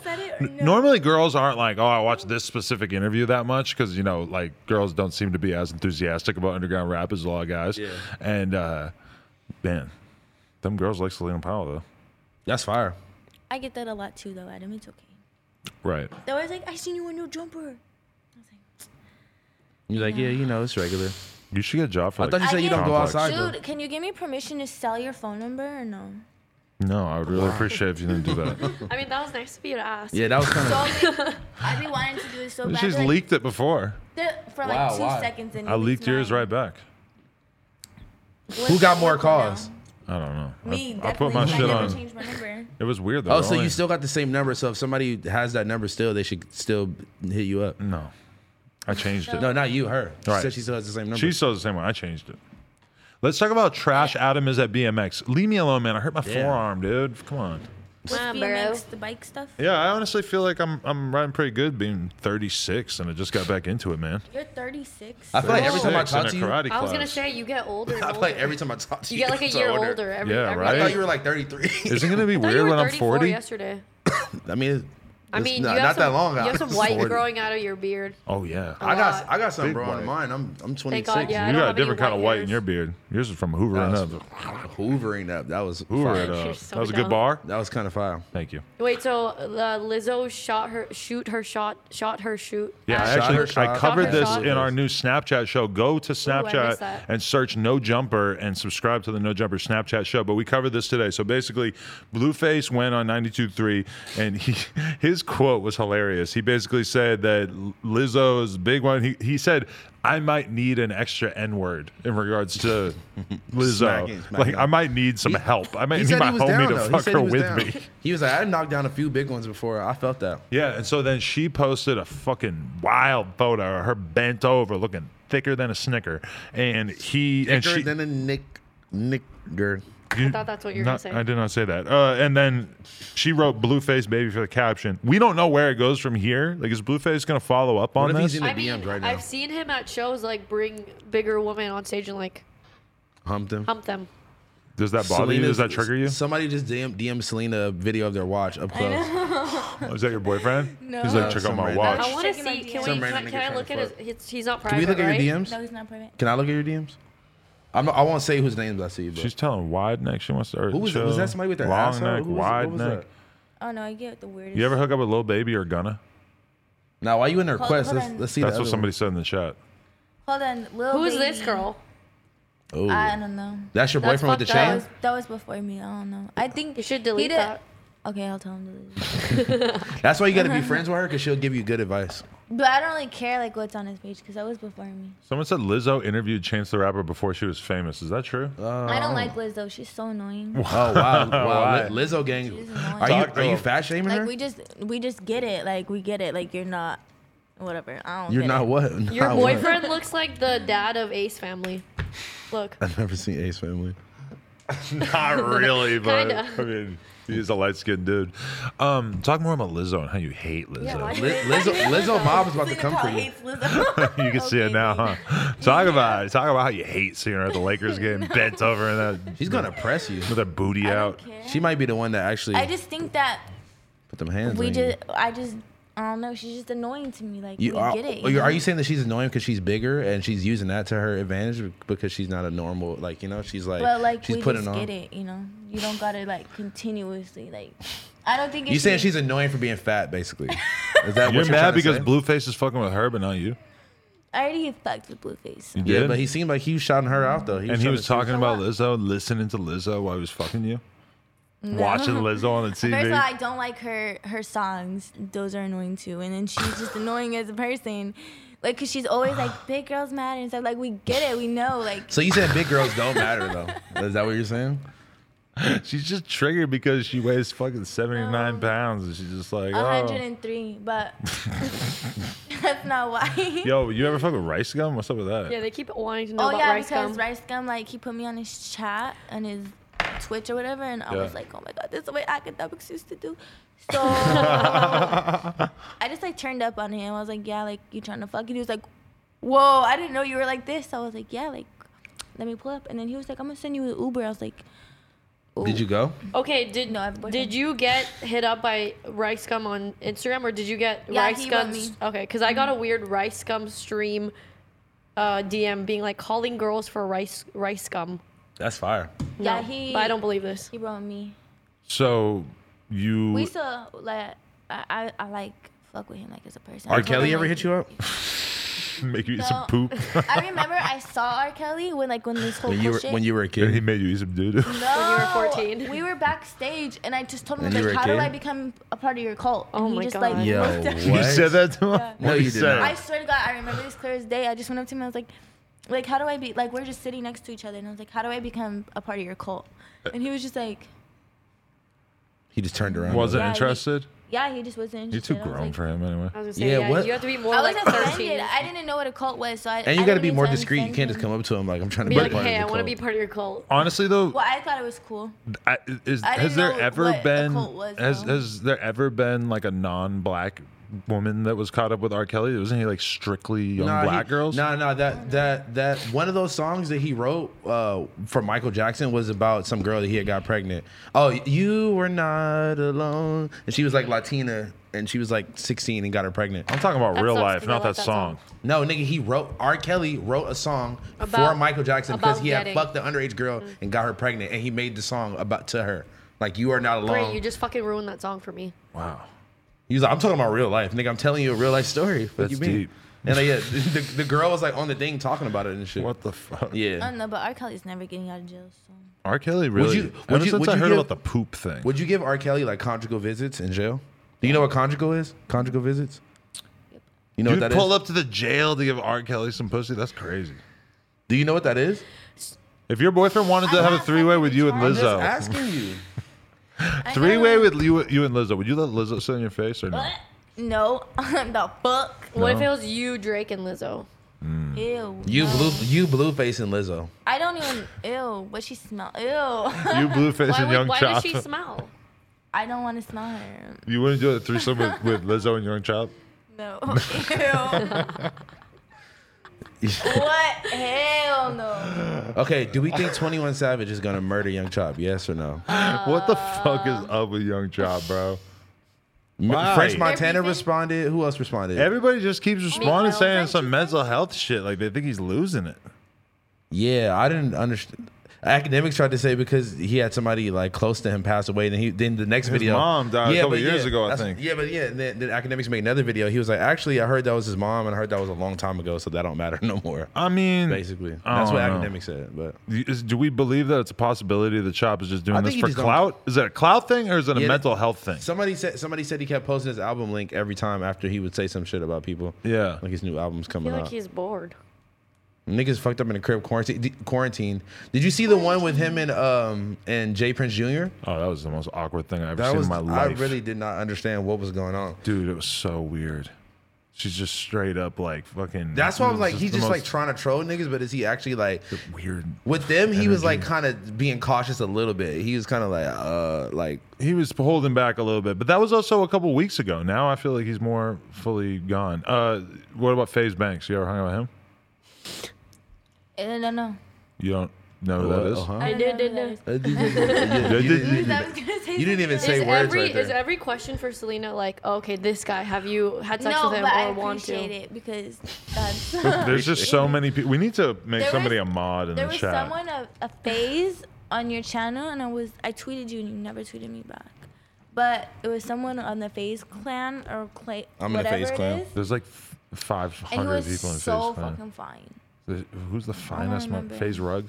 girls that said it or n- no? normally girls aren't like oh i watched this specific interview that much because you know like girls don't seem to be as enthusiastic about underground rap as a lot of guys Yeah. and uh man them girls like selena powell though That's fire. I get that a lot too, though, Adam. It's okay. right They're always like, I seen you in your jumper. You're like, yeah, you know, it's regular. you should get a job for I like, thought you said you don't go complex. outside though. Dude, can you give me permission to sell your phone number or no? no i would really appreciate if you didn't do that I mean, that was nice of you to ask. Yeah, that was kind of. So I be wanting to do it so bad. she's like, leaked it before the- for Wow, like two why? seconds. And i leaked yours right back Who Who got more calls? i don't know I- Me. I, put definitely, my because shit never on changed my number. it was weird though Oh, so only- you still got the same number. So if somebody has that number still, they should still hit you up. no i changed it No, not you. Her. She Right. said she still has the same number. She still the same way. I changed it. Let's talk about trash Adam is at BMX. Leave me alone, man. I hurt my forearm, dude. Come on. With Nah, bro. Phoenix, the bike stuff. Yeah, I honestly feel like I'm I'm riding pretty good being 36 and I just got back into it, man. You're 36. I feel like every time I 36 in talk a to you, karate I was gonna class. say you get older. And I older. feel like every time I talk to you you, get like a it's year older. every. Yeah, every right? I year. thought you were like 33. Isn't it gonna be I thought you weird were when I'm 34 40? yesterday. I mean, I it's mean, not, you have not some, that long. You out. have some white 40. growing out of your beard. Oh yeah. I got lot. I got something, Big bro, on white. mine. I'm I'm 26. God, yeah. I you don't got a have any different kind of white white in hairs. your beard. Yours is from Hoover That and was up. hoovering up. That was Hoover fire. it up. You're so that was a good dumb. bar. That was kind of fire. Thank you. Wait, so uh, Lizzo shot her, shoot her shot, shot her shoot. Yeah, I at- Shot her actually I shot. covered Shot her this shot. in our new Snapchat show. Go to Snapchat that. and search No Jumper and subscribe to the No Jumper Snapchat show. But we covered this today. So basically, Blueface went on 92.3 and he his quote was hilarious. He basically said that Lizzo's big one. He he said. I might need an extra N word in regards to Lizzo. Smacking, Like smacking. I might need some help. I might He need said my he was homie down to though. He fuck said her he was with down. me. He was like, I knocked down a few big ones before. I felt that. Yeah, and so then she posted a fucking wild photo of her bent over, looking thicker than a snicker, and he and Thicker she. than a nick nick girl. I thought that's what you were gonna say. I did not say that. Uh, and then she wrote "blueface baby" for the caption. We don't know where it goes from here. Like, is blueface gonna follow up on What if this? he's in the I mean, DMs right now? I've seen him at shows like bring bigger women on stage and like Humped him. hump them. Does that bother you? Selena's- Does that trigger you? Somebody just DM, DM Selena a video of their watch up close. Is that your boyfriend? No. He's like, No, check out some my random- watch. I want to checking my see. Can DMs. we? Some Can, random can nigga I trying look to at his? fuck. He's not private. Can we look at right? your DMs? No, he's not private. Can I look at your DMs? I'm not, I won't say whose names I see, but She's telling wide neck she wants to. Or Who was- was that somebody with their long ass out? neck, Who was- wide what was neck? that? Oh no, I get the weirdest. You ever hook up with Lil Baby or Gunna? now why you in the Hold- request? hold Let's, on. let's see. That's the what other somebody said in the chat. Hold on, Lil Who's Baby. this girl? one. Ooh. I don't know. That's your That's boyfriend with the fucked That up. chain. was that was before me. I don't know. I think You should he delete did- that. Okay, I'll tell him. To delete. it. That's why you got to Uh-huh. be friends with her because she'll give you good advice. But I don't really care like what's on his page because that was before me. Someone said Lizzo interviewed Chance the Rapper before she was famous. Is that true? I don't like Lizzo. She's so annoying. Oh Why? wow, wow, Li- Lizzo gang. She's annoying. Are you Talk to are you him. fat shaming Like her? we just we just get it. Like we get it. Like you're not whatever. I don't. You're get not it. what? Your Not what? boyfriend looks like the dad of Ace Family. Look, I've never seen Ace Family. Not really, but Kinda. I mean, he's a light skinned dude. Um, talk more about Lizzo and how you hate Lizzo. why- Li- Lizzo, Lizzo mob is about to Selena come for Kyle you. hates Lizzo. you can see it Okay, now, baby. huh? Talk about it. Talk about how you hate seeing her at the Lakers game, bent over in that. She's gonna press you. with her booty I out. don't care. She might be the one that actually I just think that put them hands. we on you. just. I just. I don't know. She's just annoying to me. Like You we are, get it. are you- know? are you saying that she's annoying because she's bigger and she's using that to her advantage because she's not a normal like you know she's like, But like she's we putting just on. get it. You know. You don't gotta like continuously like. I don't think. You it's saying me. she's annoying for being fat basically? Is that You're what mad trying to because say? Blueface is fucking with her, but not you. I already fucked with Blueface. You Yeah, did? but he seemed like he was shouting her out though. and he trying was to- talking about Lizzo, listening to Lizzo while he was fucking you, watching Lizzo on the First of all, I TV. don't like her her songs. Those are annoying too. And then she's just annoying as a person. Like, cause she's always like, big girls matter and stuff. Like, we get it. We know. Like, So you saying big girls don't matter though? Is that what you're saying? She's just triggered because she weighs fucking seventy nine Um, pounds, and she's just like, oh. 103, but that's not why. yo, you ever fuck with Rice Gum? What's up with that? yeah, they keep wanting to know oh about yeah, rice because gum. Rice Gum, like, he put me on his chat and his Twitch or whatever, and I Yeah. was like, oh my god, this is what academics used to do. So I just like turned up on him. I was like, yeah, like you trying to fuck? And he was like, whoa, I didn't know you were like this. I was like, yeah, like let me pull up. And then he was like, I'm gonna send you an Uber. I was like, Did you go? okay, did No, I have a did boyfriend. you get hit up by rice gum on Instagram or did you get Yeah, rice he wrote gum? me. Mm-hmm. Okay, because I got a weird rice gum stream uh, DM being like calling girls for rice rice gum. That's fire. yeah, No, he. but I don't believe this. He wrote me. So you We still like, I, I, I like fuck with him like as a person. I R. told Kelly him, ever like, hit you up? make you eat No. some poop, I remember I saw R. Kelly when like when this whole When you were shit. when you were a and he kid? made you eat some doo doo. no, When you were 14. We were backstage, and I just told him When you like, were a "How do kid? I become a part of your cult?" And Oh he my just, God. Like, Yo, looked at- what? You said that to him? Yeah. No, What'd you he did say? not. I swear to God, I remember this clear as day. I just went up to him. I was like, "Like, how do I be like? We're just sitting next to each other, and I was like, "How do I become a part of your cult?" And he was just like, He just turned around. Wasn't Yeah, he- interested. "Yeah, he just wasn't You're too interested." I was grown like- for him anyway. I was gonna say Yeah, yeah, what- you have to be more I was like offended. 13. I didn't know what a cult was, so I And I you got to didn't be mean more to discreet. You offend can't just him. come up to him like I'm trying to be be, a like, part hey, I of the want to cult." be part of your cult. Honestly though, Well, I thought it was cool. I, is, I has didn't there know ever what a been cult was, has though. has there ever been like a non-black woman that was caught up with R. Kelly? Wasn't he like strictly young Nah, black he- girls? No, no, that that that one of those songs that he wrote uh, for Michael Jackson was about some girl that he had got pregnant. Oh, you were not alone, and she was like Latina, and she was like 16 and got her pregnant. I'm talking about That real song's life, gonna not like that, that song. song. No, nigga, he wrote R. Kelly wrote a song for About- Michael Jackson because about he had getting- Mm. fucked the underage girl and got her pregnant, and he made the song about to her. Like you are not alone. Great, you just fucking ruined that song for me. Wow. He was like, I'm talking about real life, nigga. I'm telling you a real life story. What That's you mean? deep. And like, yeah, the, the girl was like on the thing talking about it and shit. What the fuck? I Yeah. don't know, but R. Kelly's never getting out of jail, so. R. Kelly really. you- would ever you- since would I you heard give- about the poop thing, Would you give R. Kelly like conjugal visits in jail? Do you know what conjugal is? Conjugal visits? You know you what that is? pull up to the jail to give R. Kelly some pussy? That's crazy. Do you know what that is? If your boyfriend wanted to I'm have a not three-way fucking with you and retarded. I'm Just Lizzo, asking you. I three-way know- with you, you and Lizzo, would you let Lizzo sit in your face or no? No, the fuck. What if No. it was you, Drake, and Lizzo? Ew. You no. blue, you blueface and Lizzo. I don't even. Ew. What she smell? Ew. You blueface Why, and would, young why chop. does she smell? I don't want to smell her. You wouldn't do a threesome with, with Lizzo and young chop. No. Ew. what? Hell no. Okay, do we think 21 Savage is gonna murder Young Chop? Yes or no? What the fuck is Uh. up with Young Chop, bro? Why? French Montana Everything- responded. Who else responded? Everybody just keeps responding Mental saying health some issues. mental health shit. Like they think he's losing it. Yeah, I didn't understand. Academics tried to say because he had somebody like close to him pass away. Then he then the next His video, mom died a couple but years ago, I that's- think. Yeah, but yeah, and then, then academics made another video. He was like, actually, I heard that was his mom, and I heard that was a long time ago, so that don't matter no more. I mean, Basically, I that's don't what know. academics said. But Is- do we believe that it's a possibility that Chop is just doing I this think he for just don't- clout? Is it a clout thing or is it a Yeah, mental that- health thing? somebody said somebody said he kept posting his album link every time after he would say some shit about people. Yeah. like his new album's I feel coming like out. he's bored. Niggas fucked up in the crib quarantine. d- Quarantine. Did you see the one with him and um and Jay Prince Jr.? Oh, that was the most awkward thing I've ever That seen was in my life. I really did not understand what was going on. Dude, it was so weird. She's just straight up like fucking. That's why it I'm was like, he's the just like most trying to troll niggas, but is he actually like weird. with them? He was like energy. kind of being cautious a little bit. He was kind of like, uh, like He was holding back a little bit, but that was also a couple weeks ago. Now I feel like he's more fully gone. Uh, what about FaZe Banks? You ever hung out with him? Uh, no, no. You don't know who that is? Uh-huh. I did, did, did. You didn't- you I didn't- was gonna say you didn't even something say is words every right is there. every question for Selena like oh, okay this guy have you had sex else. No, with him but or I want to? appreciate it because uh, There's just so many people. We need to make There somebody was- a mod in there the was chat. someone a, a phase on your channel, and I was I tweeted you, and you never tweeted me back. But it was someone on the phase clan or clay, I'm in the whatever FaZe it Clan. is, There's like five and he hundred was people in so FaZe Clan. fucking fine. The- Who's the finest one? remember. FaZe Rug?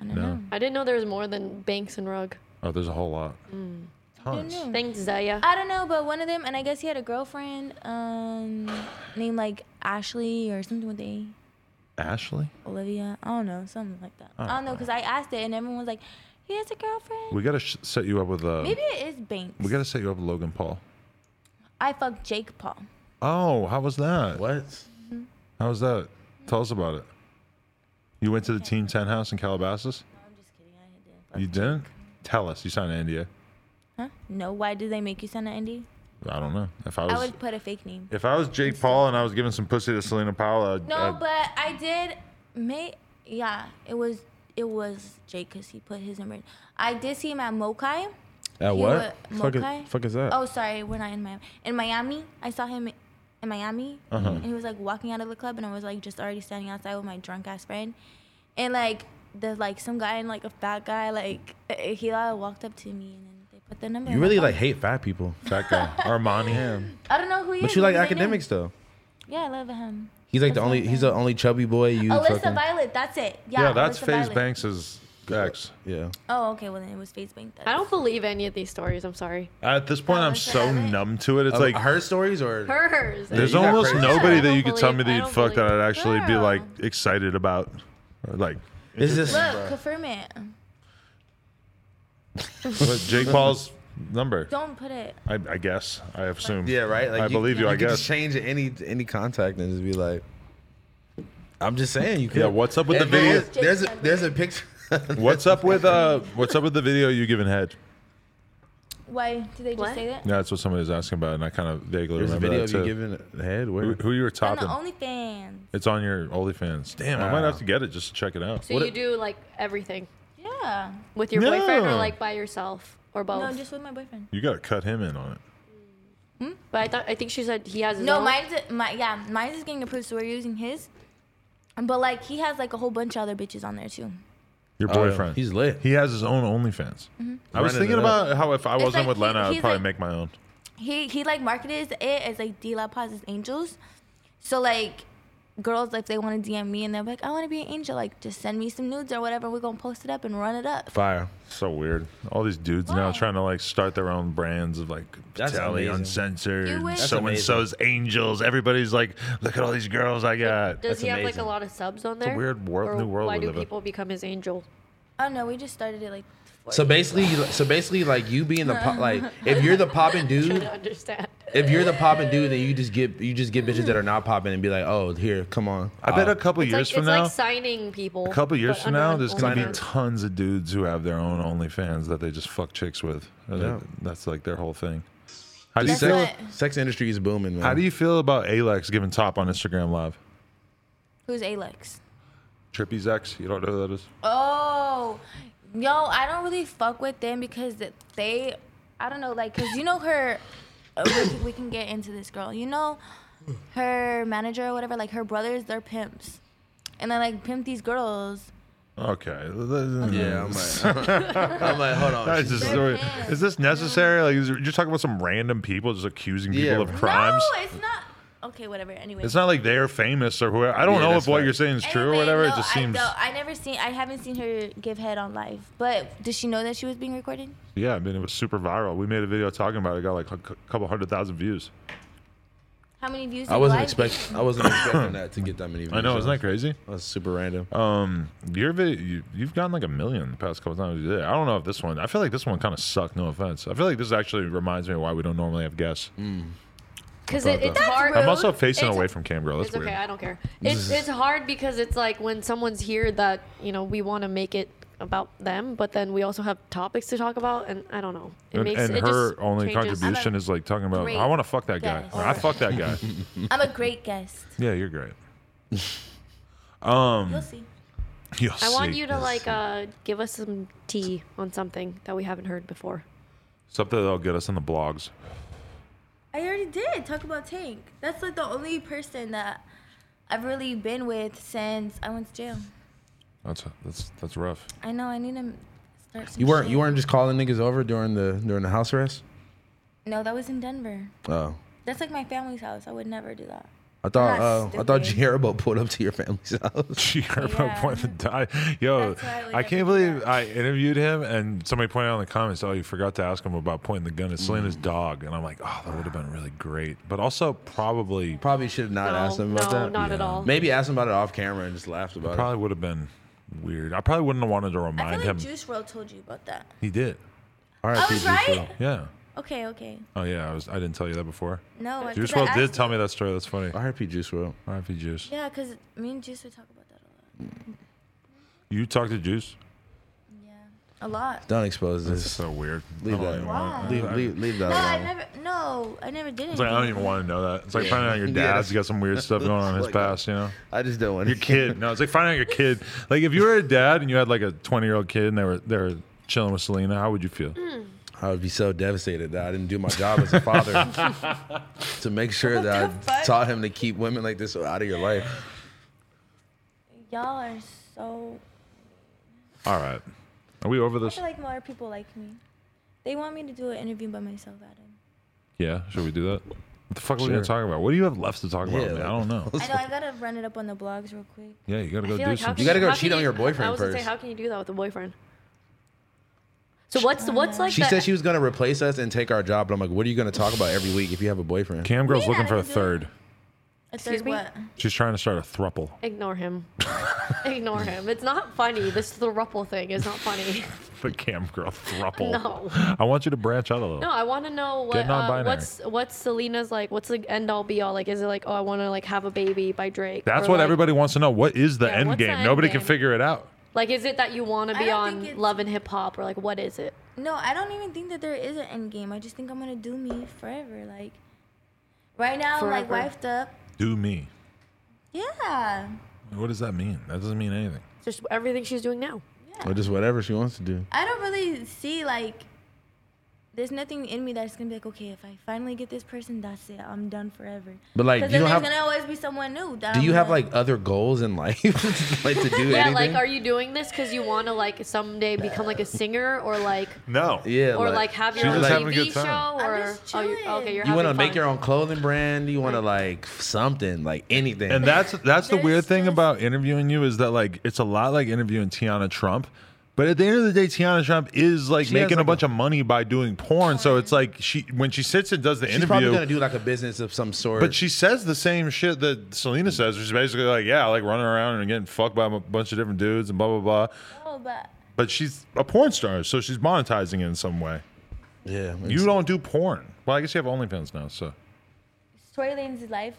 I don't No. know. I didn't know there was more than Banks and Rug. Oh, there's a whole lot. Mm. I don't Tons. know. Thanks Zaya. I don't know, but one of them, and I guess he had a girlfriend um, named like Ashley or something with a Ashley? Olivia. I don't know, something like that. I don't know, because I asked it, and everyone was like, he has a girlfriend. Oh, We gotta sh- set you up with a. Maybe it is Banks. We gotta set you up with Logan Paul. I fucked Jake Paul. Oh, how was that? What? Mm-hmm. How was that? Tell us about it. You went to the Team 10 house in Calabasas? I'm just kidding. I didn't. You didn't? Tell us. You signed an NDA. Huh? No, why do they make you sign an ND? I don't know. If I was I would put a fake name. if I was Jake Paul and I was giving some pussy to Selena Paula, I'd, No, Uh, I'd- but I did. May yeah, it was it was Jake because he put his number. in. I did see him at Mokai. At He what? wa- Fuck is- Mokai. fuck is that? Oh, sorry, we're not in Miami. In Miami, I saw him in Miami, Uh-huh. and he was like walking out of the club, and I was like just already standing outside with my drunk ass friend, and like the like some guy and like a fat guy like uh, he like, walked up to me and then they put the number. You I'm really oh, like hate fat people, that guy Armani. I don't know who he is. but you like who's his name? academics though. Yeah, I love him. He's like the That's my only he's man. the only chubby boy you Alyssa fucking. Violet, that's it. Yeah, Yeah, that's Alyssa FaZe Violet. Banks' ex. Yeah. Oh, okay. Well, then it was Faze Bank. That's I don't believe any of these stories. I'm sorry. At this point, I'm Alyssa so Violet. numb to it. It's Of like Um, her stories or Hers. there's you got almost crazy. nobody I that don't you could tell me believe- that I you'd don't fuck that believe- I'd actually be Girl. like excited about. Or, Like, is this Look, confirm it. but Jake Paul's number. Don't put it. I, I guess. I assume. Yeah, right. Like I believe you. I could guess. just change any any contact and just be like, I'm just saying you could. Yeah, what's up with the And video? there is- There's a, there's a picture. What's up with uh? What's up with the video you giving head? Why did they just What? say that? Yeah, that's what somebody was asking about, and I kind of vaguely There's a remember video that of too. you giving the head. who, Where? who you were On topping? the OnlyFans. it's on your OnlyFans. Damn, I might have to get it just to check it out. So you do like everything Yeah. with your No. boyfriend or like by yourself or both. No, just with my boyfriend. You gotta cut him in on it. but I thought I think she said he has his No, own. mine's my yeah, mine's is getting approved, so we're using his. But like he has like a whole bunch of other bitches on there too. Your Oh, yeah. boyfriend. He's lit. He has his own OnlyFans. Mm-hmm. I was Running thinking it up. about how if I wasn't like with he- Lena, I'd he's probably like- make my own. He he like marketed it as like D La Paz's Angels. So like girls if they want to DM me and they're like, I want to be an angel, like just send me some nudes or whatever, we're gonna post it up and run it up. Fire. So weird. All these dudes now Why? trying to like start their own brands of like That's Patelli amazing. You uncensored, would- That's so and so's angels. Everybody's like, look at all these girls I got. Does he have like amazing. a lot of subs on there? weird world- Or new world Why we do live in. people become his angel? Oh no, we just started it like four So years basically, so basically, like you being the pop, like if you're the popping I dude, don't understand. if you're the popping dude, then you just get you just get bitches that are not popping and be like, oh, here, come on. I bet a couple It's years like from it's now, like signing people. a couple years but from under now, an there's gonna be OnlyFans. tons of dudes who have their own OnlyFans that they just fuck chicks with. Uh, Yeah. That's like their whole thing. How do you Sex, feel? what- sex industry is booming, man. How do you feel about Alex giving top on Instagram Live? Who's Alex? Trippy's ex. You don't know who that is? Oh, yo, I don't really fuck with them because th- they, I don't know, like, cause you know her. uh, we, can, we can get into this girl. You know, her manager or whatever, like her brothers, they're pimps, and I like pimp these girls. Okay. Yeah, I'm like, I'm like, hold on. Guys, this is, is this necessary? Like, is, it- you're talking about some random people just accusing people Yeah. of crimes. No, it's not. Okay, whatever. Anyway, It's not like they're famous or whoever. I don't Yeah, know if that's what right. you're saying is true or Anyway, whatever. it no, just I seems. don't- I, never seen. I haven't seen her give head on live. But does she know that she was being recorded? Yeah, I mean, it was super viral. We made a video talking about it. Got like a cou- couple hundred thousand views. How many views? I did wasn't live get? expecting. I wasn't expecting that to get that many. Views. I know, isn't that crazy? That was super random. Um, your video, you, you've gotten like a million the past couple times you did. it. I don't know if this one. I feel like this one kind of sucked. No offense. I feel like this actually reminds me why we don't normally have guests. Because it, it's That's hard. rude. I'm also facing It's- away from cam girl. That's It's weird. okay. I don't care. It's it's hard because it's like when someone's here that you know we want to make it about them, but then we also have topics to talk about, and I don't know. It and makes and it her just only changes. contribution is like talking about, great I want to fuck that guy. guest. Or, I fuck that guy. I'm a great guest. yeah, you're great. Hmm. You'll see. You'll I want see. you to like uh, give us some tea on something that we haven't heard before. something that'll get us in the blogs. I already did talk about Tank. That's like the only person that I've really been with since I went to jail. That's that's that's rough. I know. I need to start. Some You weren't. shit. You weren't just calling niggas over during the during the house arrest. No, that was in Denver. Oh, That's like my family's house. I would never do that. I thought. That's Uh, I thought stupid. Jerbo pulled up to your family's house. She heard Yeah. point to die. Yo, That's why I would I, never can't do believe that. I interviewed him and somebody pointed out in the comments, oh, you forgot to ask him about pointing the gun at Selena's dog. And I'm like, oh, that would have been really great. But also, probably, Probably should have not No, asked him no, about that. not at all. Maybe asked him about it off camera and just laughed about probably would have been weird. I probably wouldn't have wanted to I feel remind like him. Juice World told you about that. he did. it. All right, I was right. Yeah. Okay, okay. Oh, yeah. I was. I didn't tell you that before. No, I- 'cause Juice I World did asked- tell me that story. That's funny. RIP Juice World. RIP Juice. Yeah, because me and Juice would talk about that a lot. You talked to Juice? Yeah, a lot. Don't expose This this. so weird. Leave I don't that. even wanna- Why? Leave, leave, leave No, I that alone. never. No, I never did It's it. like, I don't even want to know that. It's like Yeah. finding out your Yeah. dad's got some weird stuff going on in his Like- past, you know? I just don't want your kid. No, it's like finding out your kid. Like if you were a dad and you had like a twenty year old kid and they were they were chilling with Selena, how would you feel? Mm. I would be so devastated that I didn't do my job as a father to make sure that I the fuck? taught him to keep women like this out of your life. Y'all are so. All right, are we over I this? feel like more people like me. They want me to do an interview by myself, Adam. Yeah, should we do that? What the fuck are we Sure. gonna talk about? What do you have left to talk about? Yeah, man? like- I don't know. I know. I gotta run it up on the blogs real quick. Yeah, you gotta go I do feel like how some. can You gotta go how can cheat on your I boyfriend was gonna say, first. how can you do that with a boyfriend? So what's what's like She the, said she was going to replace us and take our job, but I'm like, what are you going to talk about every week if you have a boyfriend? Cam girl's Yeah, looking for I a can do third. A Excuse third me? what? She's trying to start a thruple. ignore him, ignore him. It's not funny. This thruple thing is not funny. The Cam girl thruple. No. I want you to branch out a little. No, I want to know what Get non-binary. uh, what's what's Selena's like. What's the end all be all like? Is it like oh I want to like have a baby by Drake? That's Or, what like- everybody wants to know. What is the Yeah, end what's the game? end Nobody can game? figure it out. like. Is it that you want to I be don't think on it's- Love and Hip Hop or like what is it? No, I don't even think that there is an end game. I just think I'm gonna do me forever. Like, right now I'm Forever. like wifed up. Do me. Yeah. What does that mean? That doesn't mean anything. Just everything she's doing now. Or just whatever she wants to do. I don't really see like there's nothing in me that's gonna be like, okay, if I finally get this person, that's it. I'm done forever. But, like, 'Cause you then don't there's have- gonna always be someone new. That Do I'm you have gonna- like other goals in life? like to do Yeah, anything? like are you doing this because you want to like someday become like a singer or like No. yeah, or like have your She's own just having a TV good time. show I'm or just oh, you- chilling. okay, you're you want want to to make your own clothing brand? You want to like something, like anything. And that's that's the There's weird thing just- about interviewing you is that like it's a lot like interviewing Tiana Trump. But at the end of the day, Tiana Trump is like She has, making a like, bunch of money by doing porn. So it's like she when she sits and does the she's probably interview, gonna do like a business of some sort. but she says the same shit that Selena says, which is basically like, yeah, I like running around and getting fucked by a bunch of different dudes and blah blah blah. Oh, but But she's a porn star, so she's monetizing it in some way. yeah, You don't do porn. Well, I guess you have OnlyFans now, so Tory Lane's life.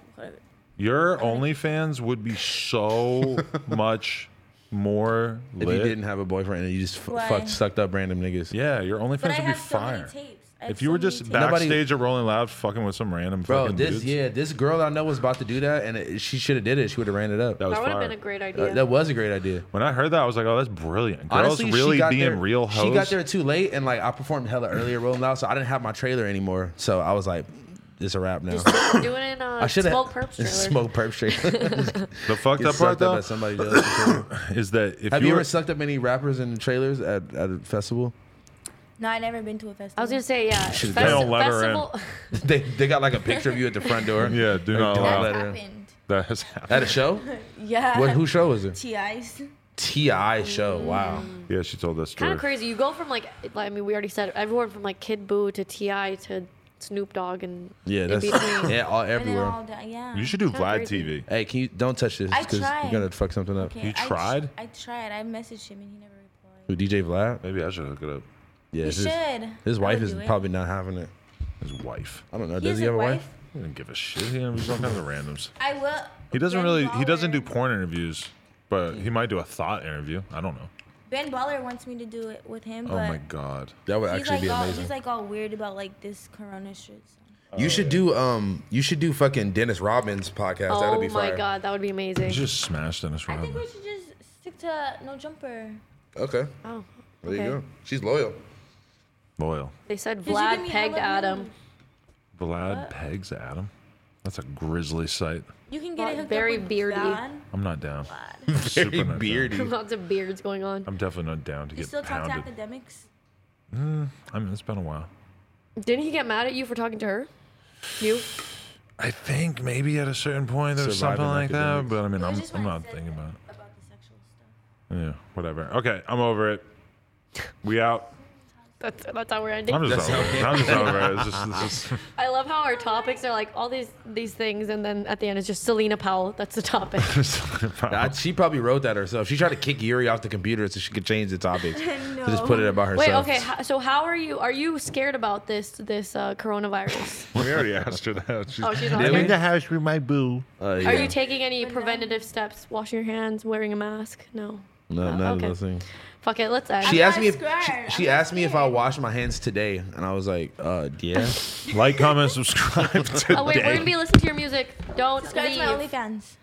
your OnlyFans would be so much more If lit. you didn't have a boyfriend and you just Why? f- fucked, sucked up random niggas. Yeah, your But I OnlyFans would be have so many fire. tapes. I have if you were so many just tapes. Nobody- backstage at Rolling Loud, fucking with some random Bro, fucking this dudes, yeah, this girl I know was about to do that, and it, she should have did it. She would have ran it up. that That, was That would have fire. been a great idea. that was a great idea. when I heard that, I was like, "Oh, that's brilliant." Girls Honestly, really she got being there, real hoes. She got there too late, and like I performed hella earlier, rolling out, so I didn't have my trailer anymore. So I was like, it's a wrap now. doing it in I a should have smoke perps trailer. Smoke perp trailer. The fucked Get up part sucked up though at somebody else's trailer. is that if Have you you're- ever sucked up any rappers in trailers at, at a festival? No, I never been to a festival. I was gonna say yeah. They festi- don't let her in. festival- they they got like a picture of you at the front door. yeah, do Like, not don't allow. let That's her in. happened. That has happened. At a show? Yeah. What who show was it? TIs. Ti show. Wow. Yeah, she told us kind story. of crazy. You go from like, I mean, we already said it, everyone from like Kid Boo to Ti to Snoop Dogg and Yeah, in that's between. yeah, all And then everywhere. all that, yeah. You should do Kinda Vlad crazy. TV. Hey, can you don't touch this I because you're tried. gonna fuck something up. Okay, You I tr- tried? I tried. I messaged him and he never replied. Who DJ Vlad? Maybe I should hook it up. Yeah, You his, should. his I wife would is do it. probably not having it. His wife. I don't know. He Does has he a have a wife? He doesn't give a shit. He interviews all kinds of randoms. I will. He doesn't Ben really. He doesn't do Baller- porn interviews, but he might do a thought interview. I don't know. Ben Baller wants me to do it with him, Oh but my god. That would he's actually like be all, amazing. He's like all weird about like this Corona shit. So. you should do um you should do fucking Dennis Robbins podcast. That'd Oh be my fire. god, that would be amazing. He just smashed Dennis I think Rodman. we should just stick to no jumper. Okay. oh, There okay. you go. She's loyal. Loyal. They said you give Vlad me pegged 11 Adam. Vlad pegs Adam. That's a grisly sight. You can get Not it hooked very up with beardy. Vlad. I'm not down. Vlad. Super Very not down. beardy. Lots of beards going on. I'm definitely not down to You get still talk to pounded. academics? I mean, it's been a while. Didn't he get mad at you for talking to her? You? I think maybe at a certain point there was Surviving something like that, academics. but I mean, I I'm, just I'm wanna not say thinking about it. About the sexual stuff. Yeah, whatever. Okay, I'm over it. We out. That's that's how we're ending. I'm just over it. I'm just over it. It's just, it's just, I love how our topics are like all these these things, and then at the end it's just Selena Powell. That's the topic. I, she probably wrote that herself. She tried to kick Yuri off the computer so she could change the topic. To just put it about Wait, herself. okay. ho- So how are you? Are you scared about this this uh, coronavirus? we already asked her that. She's, Oh, she's not Did we? scared. the house with my boo. Uh, Are yeah. you taking any preventative steps? Washing your hands, wearing a mask? No. no, Uh, none of okay. those things. Fuck it. Let's end. She not asked me if scared. she, she I'm not asked me if I scared. washed my hands today, and I was like, uh, yeah. Like, comment, subscribe. Today. oh wait, we're gonna be listening to your music. Don't Subscribe to my leave. OnlyFans.